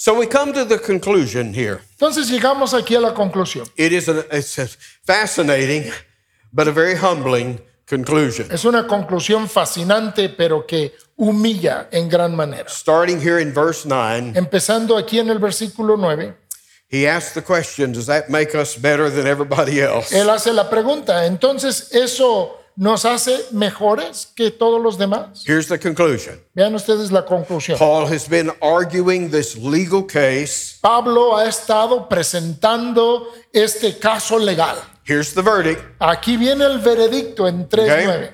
Speaker 1: So we come to the conclusion here.
Speaker 2: Entonces llegamos aquí a la conclusión.
Speaker 1: It is a, it's a fascinating, but a very humbling conclusion.
Speaker 2: Es una conclusión fascinante, pero que humilla en gran manera.
Speaker 1: Starting here in verse 9,
Speaker 2: Empezando aquí en el versículo 9,
Speaker 1: he asks the question Does that make us better than everybody else?
Speaker 2: él hace la pregunta, entonces ¿eso nos hace mejores que todos los demás?
Speaker 1: Here's the conclusion
Speaker 2: Vean ustedes la conclusión.
Speaker 1: Paul has been arguing this legal case.
Speaker 2: Pablo ha estado presentando este caso legal.
Speaker 1: Here's the verdict.
Speaker 2: Aquí viene el veredicto en 3.9.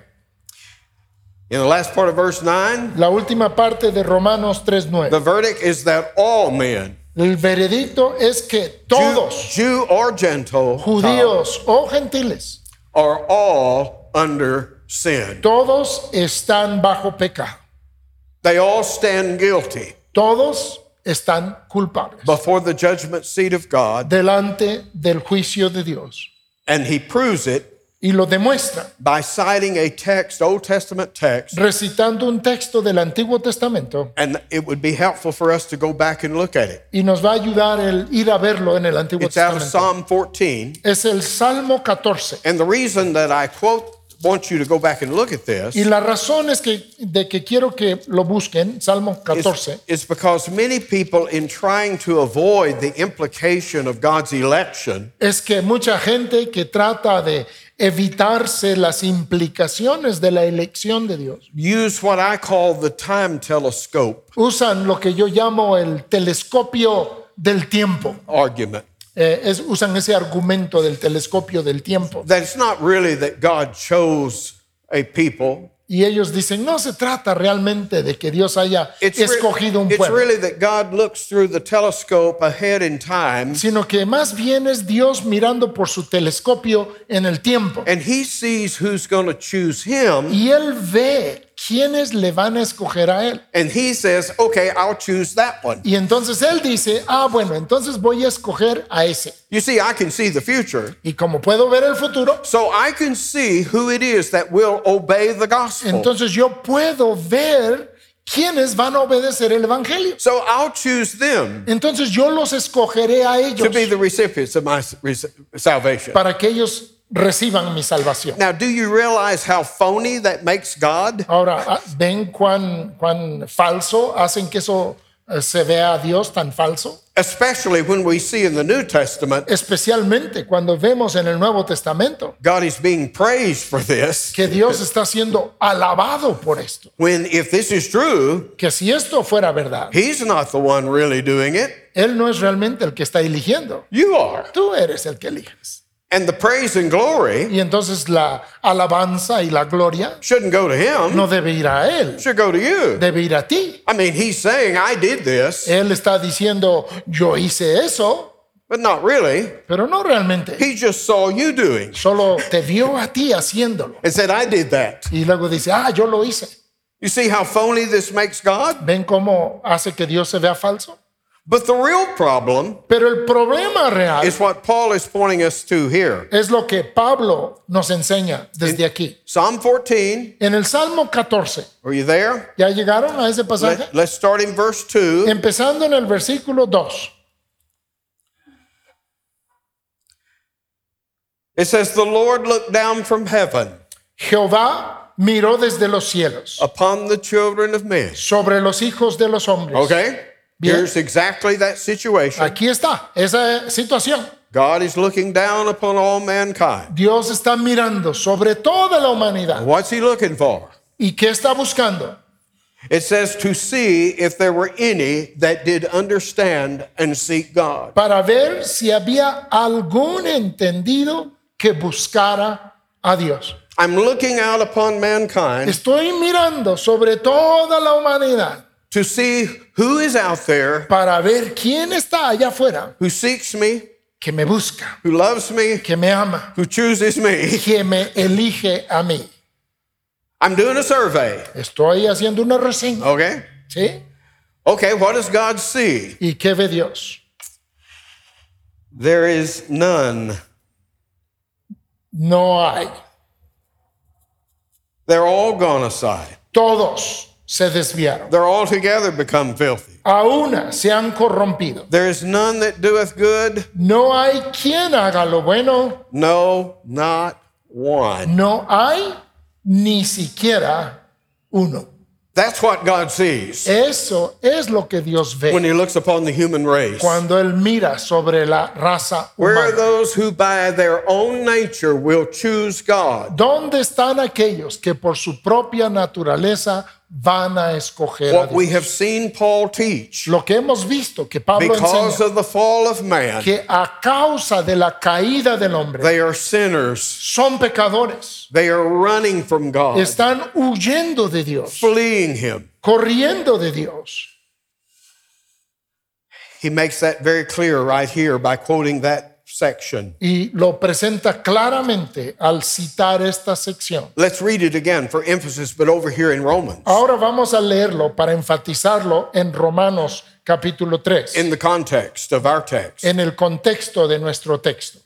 Speaker 1: In the last part of verse 9,
Speaker 2: La última parte de Romanos 3.9.
Speaker 1: the verdict is that all men,
Speaker 2: El veredicto es que
Speaker 1: Jew,
Speaker 2: todos,
Speaker 1: Jew or Gentile,
Speaker 2: judíos o gentiles,
Speaker 1: are all under sin.
Speaker 2: todos están bajo pecado.
Speaker 1: They all stand guilty
Speaker 2: Todos están culpables
Speaker 1: before the judgment seat of God,
Speaker 2: delante del juicio de Dios.
Speaker 1: and he proves it
Speaker 2: Y lo demuestra
Speaker 1: by citing a text, Old Testament text,
Speaker 2: recitando un texto del Antiguo Testamento
Speaker 1: and it would be helpful for us to go back and look at it.
Speaker 2: y nos va a ayudar el ir a verlo en el Antiguo
Speaker 1: It's out of
Speaker 2: Testamento.
Speaker 1: Psalm 14.
Speaker 2: Es el Salmo 14.
Speaker 1: And the reason that I quote, want you to go back and look at this,
Speaker 2: Y la razón es que de que quiero que lo busquen, Salmo
Speaker 1: is,
Speaker 2: 14,
Speaker 1: is because many people, in trying to avoid the implication of God's election,
Speaker 2: es que mucha gente que trata de evitarse las implicaciones de la elección de Dios,
Speaker 1: use what I call the time telescope
Speaker 2: usan lo que yo llamo el telescopio del tiempo.
Speaker 1: argument.
Speaker 2: Eh, es- usan ese argumento del telescopio del tiempo.
Speaker 1: That it's not really that God chose a people.
Speaker 2: Y ellos dicen, no se trata realmente de que Dios haya
Speaker 1: It's, re-
Speaker 2: escogido un
Speaker 1: it's
Speaker 2: pueblo,
Speaker 1: really that God looks through the telescope ahead in time
Speaker 2: sino que más bien es Dios mirando por su telescopio en el tiempo.
Speaker 1: and he sees who's going to choose him
Speaker 2: Y él ve quiénes le van a escoger a él.
Speaker 1: and he says, okay, I'll choose that one.
Speaker 2: Y entonces él dice, ah, bueno, entonces voy a escoger a ese.
Speaker 1: You see, I can see the future.
Speaker 2: Y como puedo ver el futuro,
Speaker 1: So I can see who it is that will obey the gospel.
Speaker 2: entonces yo puedo ver quiénes van a obedecer el Evangelio.
Speaker 1: so I'll choose them
Speaker 2: Entonces yo los escogeré a
Speaker 1: to
Speaker 2: ellos
Speaker 1: be the recipients of my re- salvation.
Speaker 2: para que ellos reciban mi salvación.
Speaker 1: Now, do you realize how phony that makes God?
Speaker 2: Ahora, ah, ¿ven cuán, cuán falso hacen que eso eh, se vea a Dios tan falso?
Speaker 1: Especially when we see in the New Testament,
Speaker 2: Especialmente cuando vemos en el Nuevo Testamento
Speaker 1: God is being praised for this.
Speaker 2: que Dios está siendo alabado por esto.
Speaker 1: When, if this is true,
Speaker 2: Que si esto fuera verdad,
Speaker 1: He's not the one really doing it,
Speaker 2: Él no es realmente el que está eligiendo.
Speaker 1: you are.
Speaker 2: Tú eres el que eliges.
Speaker 1: And the praise and glory
Speaker 2: Y entonces la alabanza y la gloria
Speaker 1: shouldn't go to Him,
Speaker 2: no debe ir a Él,
Speaker 1: should go to you.
Speaker 2: debe ir a ti.
Speaker 1: I mean, He's saying, I did this,
Speaker 2: Él está diciendo, yo hice eso,
Speaker 1: but not really.
Speaker 2: pero no realmente.
Speaker 1: He just saw you doing.
Speaker 2: Solo te vio a ti haciéndolo.
Speaker 1: and said, I did that.
Speaker 2: Y luego dice, ah, yo lo hice.
Speaker 1: You see how phony this makes God?
Speaker 2: ¿Ven cómo hace que Dios se vea falso?
Speaker 1: But the real problem
Speaker 2: Pero el problema real
Speaker 1: is what Paul is pointing us to here.
Speaker 2: es lo que Pablo nos enseña desde aquí.
Speaker 1: Psalm 14,
Speaker 2: En el Salmo 14,
Speaker 1: are you there?
Speaker 2: ¿ya llegaron a ese pasaje?
Speaker 1: Let, us start in verse 2.
Speaker 2: Empezando en el versículo 2.
Speaker 1: It says, The Lord looked down from heaven
Speaker 2: Jehová miró desde los cielos
Speaker 1: upon the children of men.
Speaker 2: sobre los hijos de los hombres.
Speaker 1: Okay?
Speaker 2: Bien.
Speaker 1: Here's exactly that situation.
Speaker 2: Aquí está esa situación.
Speaker 1: God is looking down upon all mankind.
Speaker 2: Dios está mirando sobre toda la humanidad.
Speaker 1: What's he looking for?
Speaker 2: ¿Y qué está buscando?
Speaker 1: It says to see if there were any that did understand and seek God.
Speaker 2: Para ver si había algún entendido que buscara a Dios.
Speaker 1: I'm looking out upon mankind
Speaker 2: Estoy mirando sobre toda la humanidad
Speaker 1: to see who is out there
Speaker 2: para ver quién está allá afuera
Speaker 1: who seeks me,
Speaker 2: que me busca,
Speaker 1: who loves me,
Speaker 2: que me ama,
Speaker 1: who chooses me.
Speaker 2: que me elige a mí.
Speaker 1: I'm doing a survey.
Speaker 2: Estoy haciendo una reseña,
Speaker 1: Okay?
Speaker 2: ¿sí?
Speaker 1: Okay, what does God see?
Speaker 2: ¿Y qué ve Dios?
Speaker 1: There is none.
Speaker 2: No hay.
Speaker 1: They're all gone aside.
Speaker 2: Todos se desviaron.
Speaker 1: They're all together become filthy.
Speaker 2: A una se han corrompido.
Speaker 1: There is none that doeth good.
Speaker 2: No hay quien haga lo bueno.
Speaker 1: No, not one.
Speaker 2: No hay ni siquiera uno.
Speaker 1: That's what God
Speaker 2: Eh.
Speaker 1: sees
Speaker 2: Eso es lo que Dios ve.
Speaker 1: when He looks upon the human race.
Speaker 2: cuando él mira sobre la raza
Speaker 1: Where are
Speaker 2: humana.
Speaker 1: those who by their own nature will choose God?
Speaker 2: ¿Dónde están aquellos que por su propia naturaleza van a escoger a
Speaker 1: What we
Speaker 2: Dios?
Speaker 1: have seen Paul teach
Speaker 2: Lo que hemos visto que Pablo
Speaker 1: because
Speaker 2: enseña
Speaker 1: of the fall of man,
Speaker 2: que a causa de la caída del hombre
Speaker 1: they are sinners.
Speaker 2: son pecadores,
Speaker 1: They are running from God,
Speaker 2: están huyendo de Dios,
Speaker 1: fleeing Him.
Speaker 2: corriendo de Dios.
Speaker 1: He makes that very clear right here by quoting that section.
Speaker 2: Y lo presenta claramente al citar esta sección.
Speaker 1: Let's read it again for emphasis, but over here in Romans,
Speaker 2: Ahora vamos a leerlo para enfatizarlo en Romanos capítulo 3.
Speaker 1: in the context of our text.
Speaker 2: en el contexto de nuestro texto.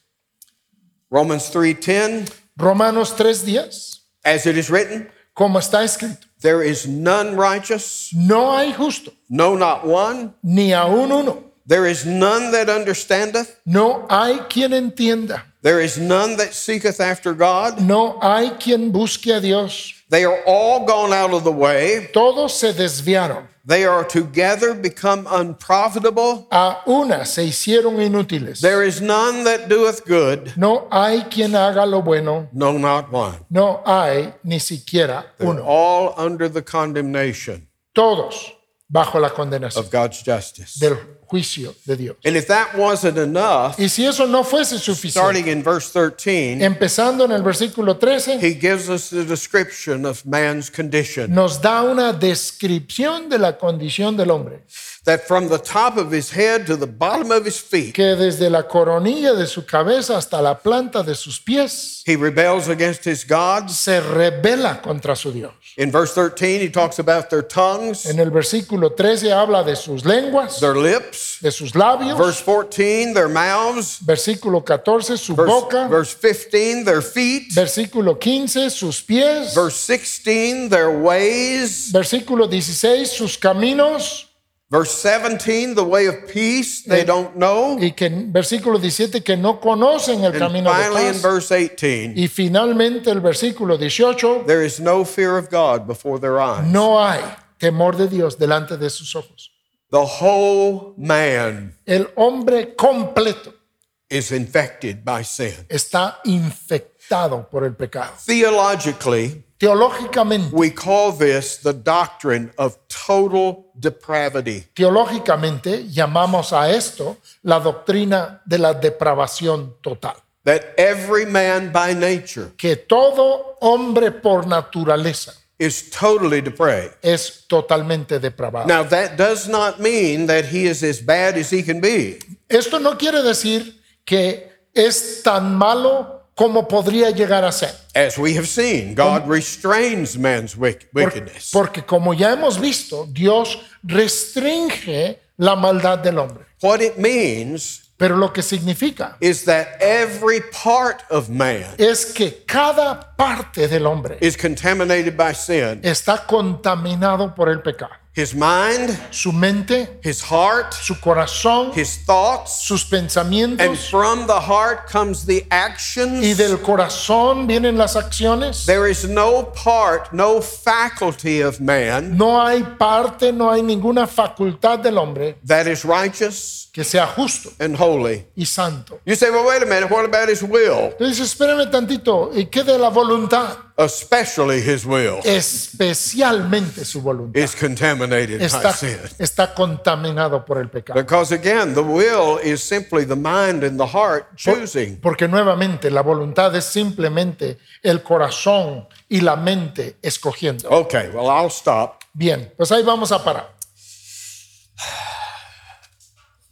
Speaker 1: Romans 3:10,
Speaker 2: Romanos 3 días,
Speaker 1: as it is written,
Speaker 2: como está escrito,
Speaker 1: there is none righteous,
Speaker 2: no hay justo,
Speaker 1: no not one.
Speaker 2: ni aún uno,
Speaker 1: There is none that understandeth,
Speaker 2: no hay quien entienda,
Speaker 1: there is none that seeketh after God.
Speaker 2: no hay quien busque a Dios.
Speaker 1: They are all gone out of the way.
Speaker 2: Todos se desviaron,
Speaker 1: They are together become unprofitable.
Speaker 2: a una se hicieron inútiles.
Speaker 1: There is none that doeth good,
Speaker 2: No hay quien haga lo bueno,
Speaker 1: no not one.
Speaker 2: no hay ni siquiera
Speaker 1: They're
Speaker 2: uno.
Speaker 1: all under the condemnation
Speaker 2: Todos bajo la condenación
Speaker 1: of God's justice.
Speaker 2: del juicio de Dios.
Speaker 1: And if that wasn't enough,
Speaker 2: Y si eso no fuese suficiente,
Speaker 1: starting in verse 13,
Speaker 2: empezando en el versículo 13,
Speaker 1: he gives us the description of man's condition.
Speaker 2: nos da una descripción de la condición del hombre,
Speaker 1: that from the top of his head to the bottom of his feet,
Speaker 2: que desde la coronilla de su cabeza hasta la planta de sus pies
Speaker 1: he rebels against his gods.
Speaker 2: se rebela contra su Dios.
Speaker 1: In verse 13, he talks about their tongues,
Speaker 2: En el versículo 13 habla de sus lenguas,
Speaker 1: their lips.
Speaker 2: de sus labios.
Speaker 1: Verse 14, their mouths.
Speaker 2: versículo 14, su
Speaker 1: Verse,
Speaker 2: boca.
Speaker 1: verse 15, their feet.
Speaker 2: versículo 15, sus pies.
Speaker 1: Verse 16, their ways.
Speaker 2: versículo 16, sus caminos.
Speaker 1: Verse 17, the way of peace they don't know.
Speaker 2: Y que en versículo 17, que no conocen el
Speaker 1: And
Speaker 2: camino de
Speaker 1: finally, in
Speaker 2: paz.
Speaker 1: verse 18,
Speaker 2: y finalmente el versículo 18,
Speaker 1: there is no fear of God before their eyes.
Speaker 2: No hay temor de Dios delante de sus ojos.
Speaker 1: The whole man
Speaker 2: El hombre completo
Speaker 1: is infected by sin.
Speaker 2: está infectado por el pecado.
Speaker 1: Theologically,
Speaker 2: Teológicamente,
Speaker 1: We call this the doctrine of total depravity.
Speaker 2: teológicamente llamamos a esto la doctrina de la depravación total,
Speaker 1: That every man by nature
Speaker 2: que todo hombre por naturaleza
Speaker 1: is totally depraved.
Speaker 2: es totalmente depravado.
Speaker 1: Now, that does not mean that he is as bad as he can be.
Speaker 2: Esto no quiere decir que es tan malo como podría llegar a ser,
Speaker 1: As we have seen, God restrains man's wick-
Speaker 2: Por-
Speaker 1: wickedness.
Speaker 2: Porque como ya hemos visto, Dios restringe la maldad del hombre.
Speaker 1: What it means
Speaker 2: Pero lo que significa
Speaker 1: is that every part of man
Speaker 2: es que cada parte del hombre
Speaker 1: is contaminated by sin
Speaker 2: está contaminado por el pecado.
Speaker 1: his mind,
Speaker 2: Su mente,
Speaker 1: his heart,
Speaker 2: su corazón,
Speaker 1: his thoughts,
Speaker 2: sus
Speaker 1: and
Speaker 2: pensamientos
Speaker 1: from the heart comes the
Speaker 2: y
Speaker 1: actions.
Speaker 2: del corazón vienen las acciones.
Speaker 1: There is no part, no faculty of man
Speaker 2: No hay parte, no hay ninguna facultad del hombre
Speaker 1: that is righteous
Speaker 2: que sea justo
Speaker 1: and holy.
Speaker 2: y santo.
Speaker 1: You say, well, wait a minute, what about his will?
Speaker 2: Entonces, espérame tantito, ¿y qué de la voluntad?
Speaker 1: Especially his will
Speaker 2: Especialmente su voluntad
Speaker 1: is contaminated by
Speaker 2: está,
Speaker 1: sin.
Speaker 2: está contaminado por el pecado.
Speaker 1: Because again, the will is simply the mind and the heart choosing.
Speaker 2: Porque nuevamente la voluntad es simplemente el corazón y la mente escogiendo.
Speaker 1: Okay, well, I'll stop.
Speaker 2: Bien, pues ahí vamos a parar.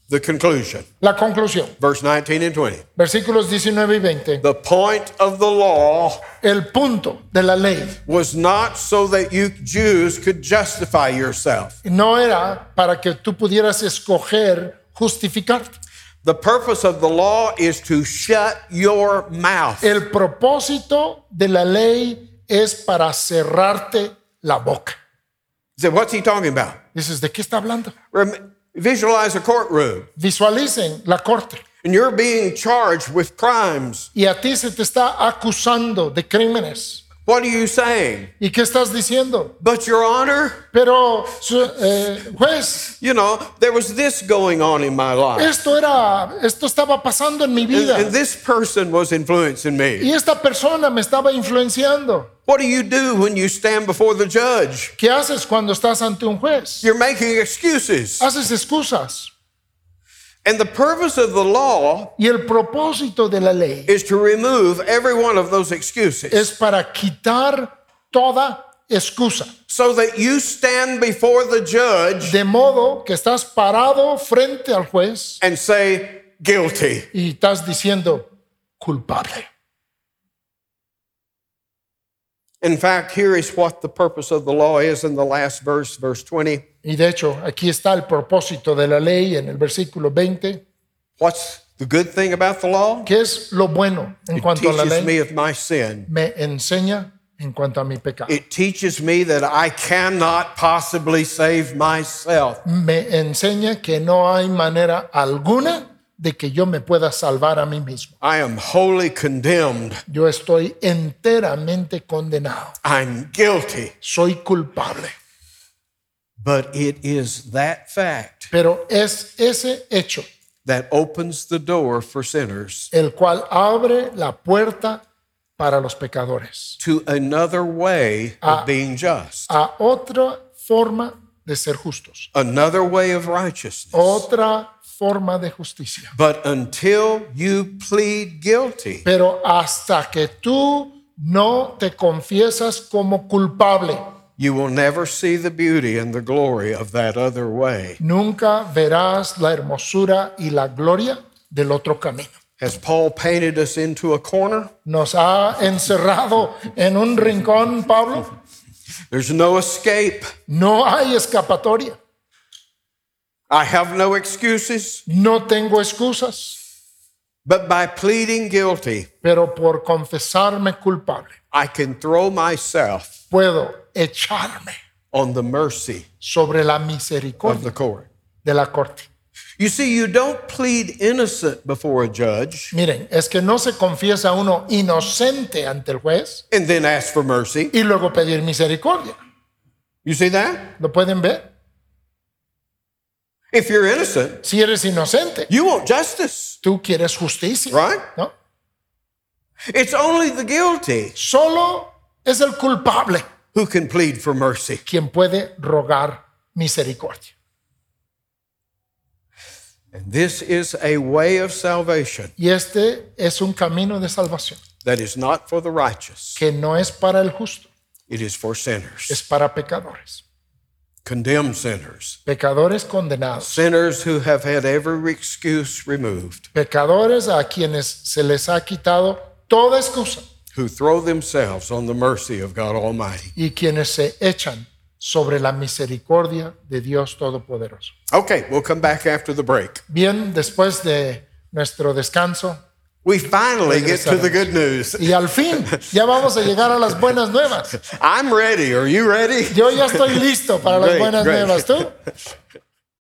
Speaker 1: The conclusion,
Speaker 2: La conclusión,
Speaker 1: verse 19 and 20.
Speaker 2: versículos 19 y 20.
Speaker 1: The point of the law
Speaker 2: El punto de la ley
Speaker 1: was not so that you Jews could justify yourself.
Speaker 2: no era para que tú pudieras escoger justificarte.
Speaker 1: The purpose of the law is to shut your mouth.
Speaker 2: El propósito de la ley es para cerrarte la boca.
Speaker 1: So what's he talking about?
Speaker 2: Dices, ¿de qué está hablando?
Speaker 1: Rem- Visualize a courtroom,
Speaker 2: Visualicen la corte
Speaker 1: and you're being charged with crimes.
Speaker 2: y a ti se te está acusando de crímenes.
Speaker 1: What are you saying?
Speaker 2: ¿Y qué estás diciendo?
Speaker 1: But, Your Honor,
Speaker 2: Pero, su- eh, juez,
Speaker 1: you know, there was this going on in my life,
Speaker 2: esto era, esto estaba pasando en mi
Speaker 1: and,
Speaker 2: vida
Speaker 1: and this person was influencing
Speaker 2: y
Speaker 1: me.
Speaker 2: esta persona me estaba influenciando.
Speaker 1: What do you do when you stand before the judge?
Speaker 2: ¿Qué haces cuando estás ante un juez?
Speaker 1: You're making excuses.
Speaker 2: Haces excusas.
Speaker 1: And the purpose of the law
Speaker 2: Y el propósito de la ley
Speaker 1: is to remove every one of those excuses
Speaker 2: es para quitar toda excusa.
Speaker 1: so that you stand before the judge
Speaker 2: De modo que estás parado frente al juez
Speaker 1: and say, guilty.
Speaker 2: y estás diciendo culpable.
Speaker 1: In fact, here is what the purpose of the law is in the last verse, verse 20.
Speaker 2: Y de hecho, aquí está el propósito de la ley en el versículo 20,
Speaker 1: What's the good thing about the law?
Speaker 2: que es lo bueno en
Speaker 1: It
Speaker 2: cuanto a la
Speaker 1: teaches
Speaker 2: ley.
Speaker 1: me of my sin.
Speaker 2: Me enseña en cuanto a mi pecado.
Speaker 1: It teaches me that I cannot possibly save myself.
Speaker 2: Me enseña que no hay manera alguna de que yo me pueda salvar a mí mismo.
Speaker 1: I am wholly condemned.
Speaker 2: Yo estoy enteramente condenado.
Speaker 1: I'm guilty.
Speaker 2: Soy culpable.
Speaker 1: But it is that fact
Speaker 2: Pero es ese hecho
Speaker 1: that opens the door for sinners
Speaker 2: el cual abre la puerta para los pecadores
Speaker 1: to another way
Speaker 2: Ah.
Speaker 1: of being just,
Speaker 2: a otra forma de ser justos,
Speaker 1: another way of righteousness.
Speaker 2: otra forma de justicia.
Speaker 1: But until you plead guilty,
Speaker 2: Pero hasta que tú no te confiesas como culpable,
Speaker 1: You will never see the beauty and the glory of that other way.
Speaker 2: nunca verás la hermosura y la gloria del otro camino.
Speaker 1: Has Paul painted us into a corner?
Speaker 2: Nos ha encerrado en un rincón, Pablo.
Speaker 1: There's no escape.
Speaker 2: No hay escapatoria.
Speaker 1: I have no excuses.
Speaker 2: No tengo excusas,
Speaker 1: But by pleading guilty,
Speaker 2: pero por confesarme culpable.
Speaker 1: I can throw myself
Speaker 2: puedo echarme
Speaker 1: on the mercy
Speaker 2: sobre la
Speaker 1: of
Speaker 2: misericordia
Speaker 1: the court.
Speaker 2: de la corte.
Speaker 1: You see, you don't plead innocent before a judge
Speaker 2: Miren, es que no se confiesa uno inocente ante el juez
Speaker 1: and then ask for mercy.
Speaker 2: y luego pedir misericordia.
Speaker 1: You see that?
Speaker 2: ¿Lo pueden ver?
Speaker 1: If you're innocent,
Speaker 2: Si eres inocente,
Speaker 1: you want justice,
Speaker 2: tú quieres justicia,
Speaker 1: right?
Speaker 2: ¿no?
Speaker 1: It's only the guilty
Speaker 2: Solo es el culpable
Speaker 1: who can plead for mercy.
Speaker 2: quien puede rogar misericordia.
Speaker 1: And this is a way of salvation
Speaker 2: Y este es un camino de salvación
Speaker 1: that is not for the righteous,
Speaker 2: que no es para el justo,
Speaker 1: it is for sinners,
Speaker 2: es para pecadores.
Speaker 1: condemned sinners,
Speaker 2: Pecadores condenados,
Speaker 1: sinners who have had every excuse removed,
Speaker 2: pecadores a quienes se les ha quitado toda excusa
Speaker 1: who throw themselves on the mercy of God Almighty.
Speaker 2: y quienes se echan sobre la misericordia de Dios Todopoderoso.
Speaker 1: Okay, we'll come back after the break.
Speaker 2: Bien, después de nuestro descanso,
Speaker 1: We finally get to the good news.
Speaker 2: y al fin ya vamos a llegar a las buenas nuevas.
Speaker 1: I'm ready. Are you ready?
Speaker 2: Yo ya estoy listo para las
Speaker 1: Great,
Speaker 2: buenas
Speaker 1: great.
Speaker 2: nuevas. ¿Tú?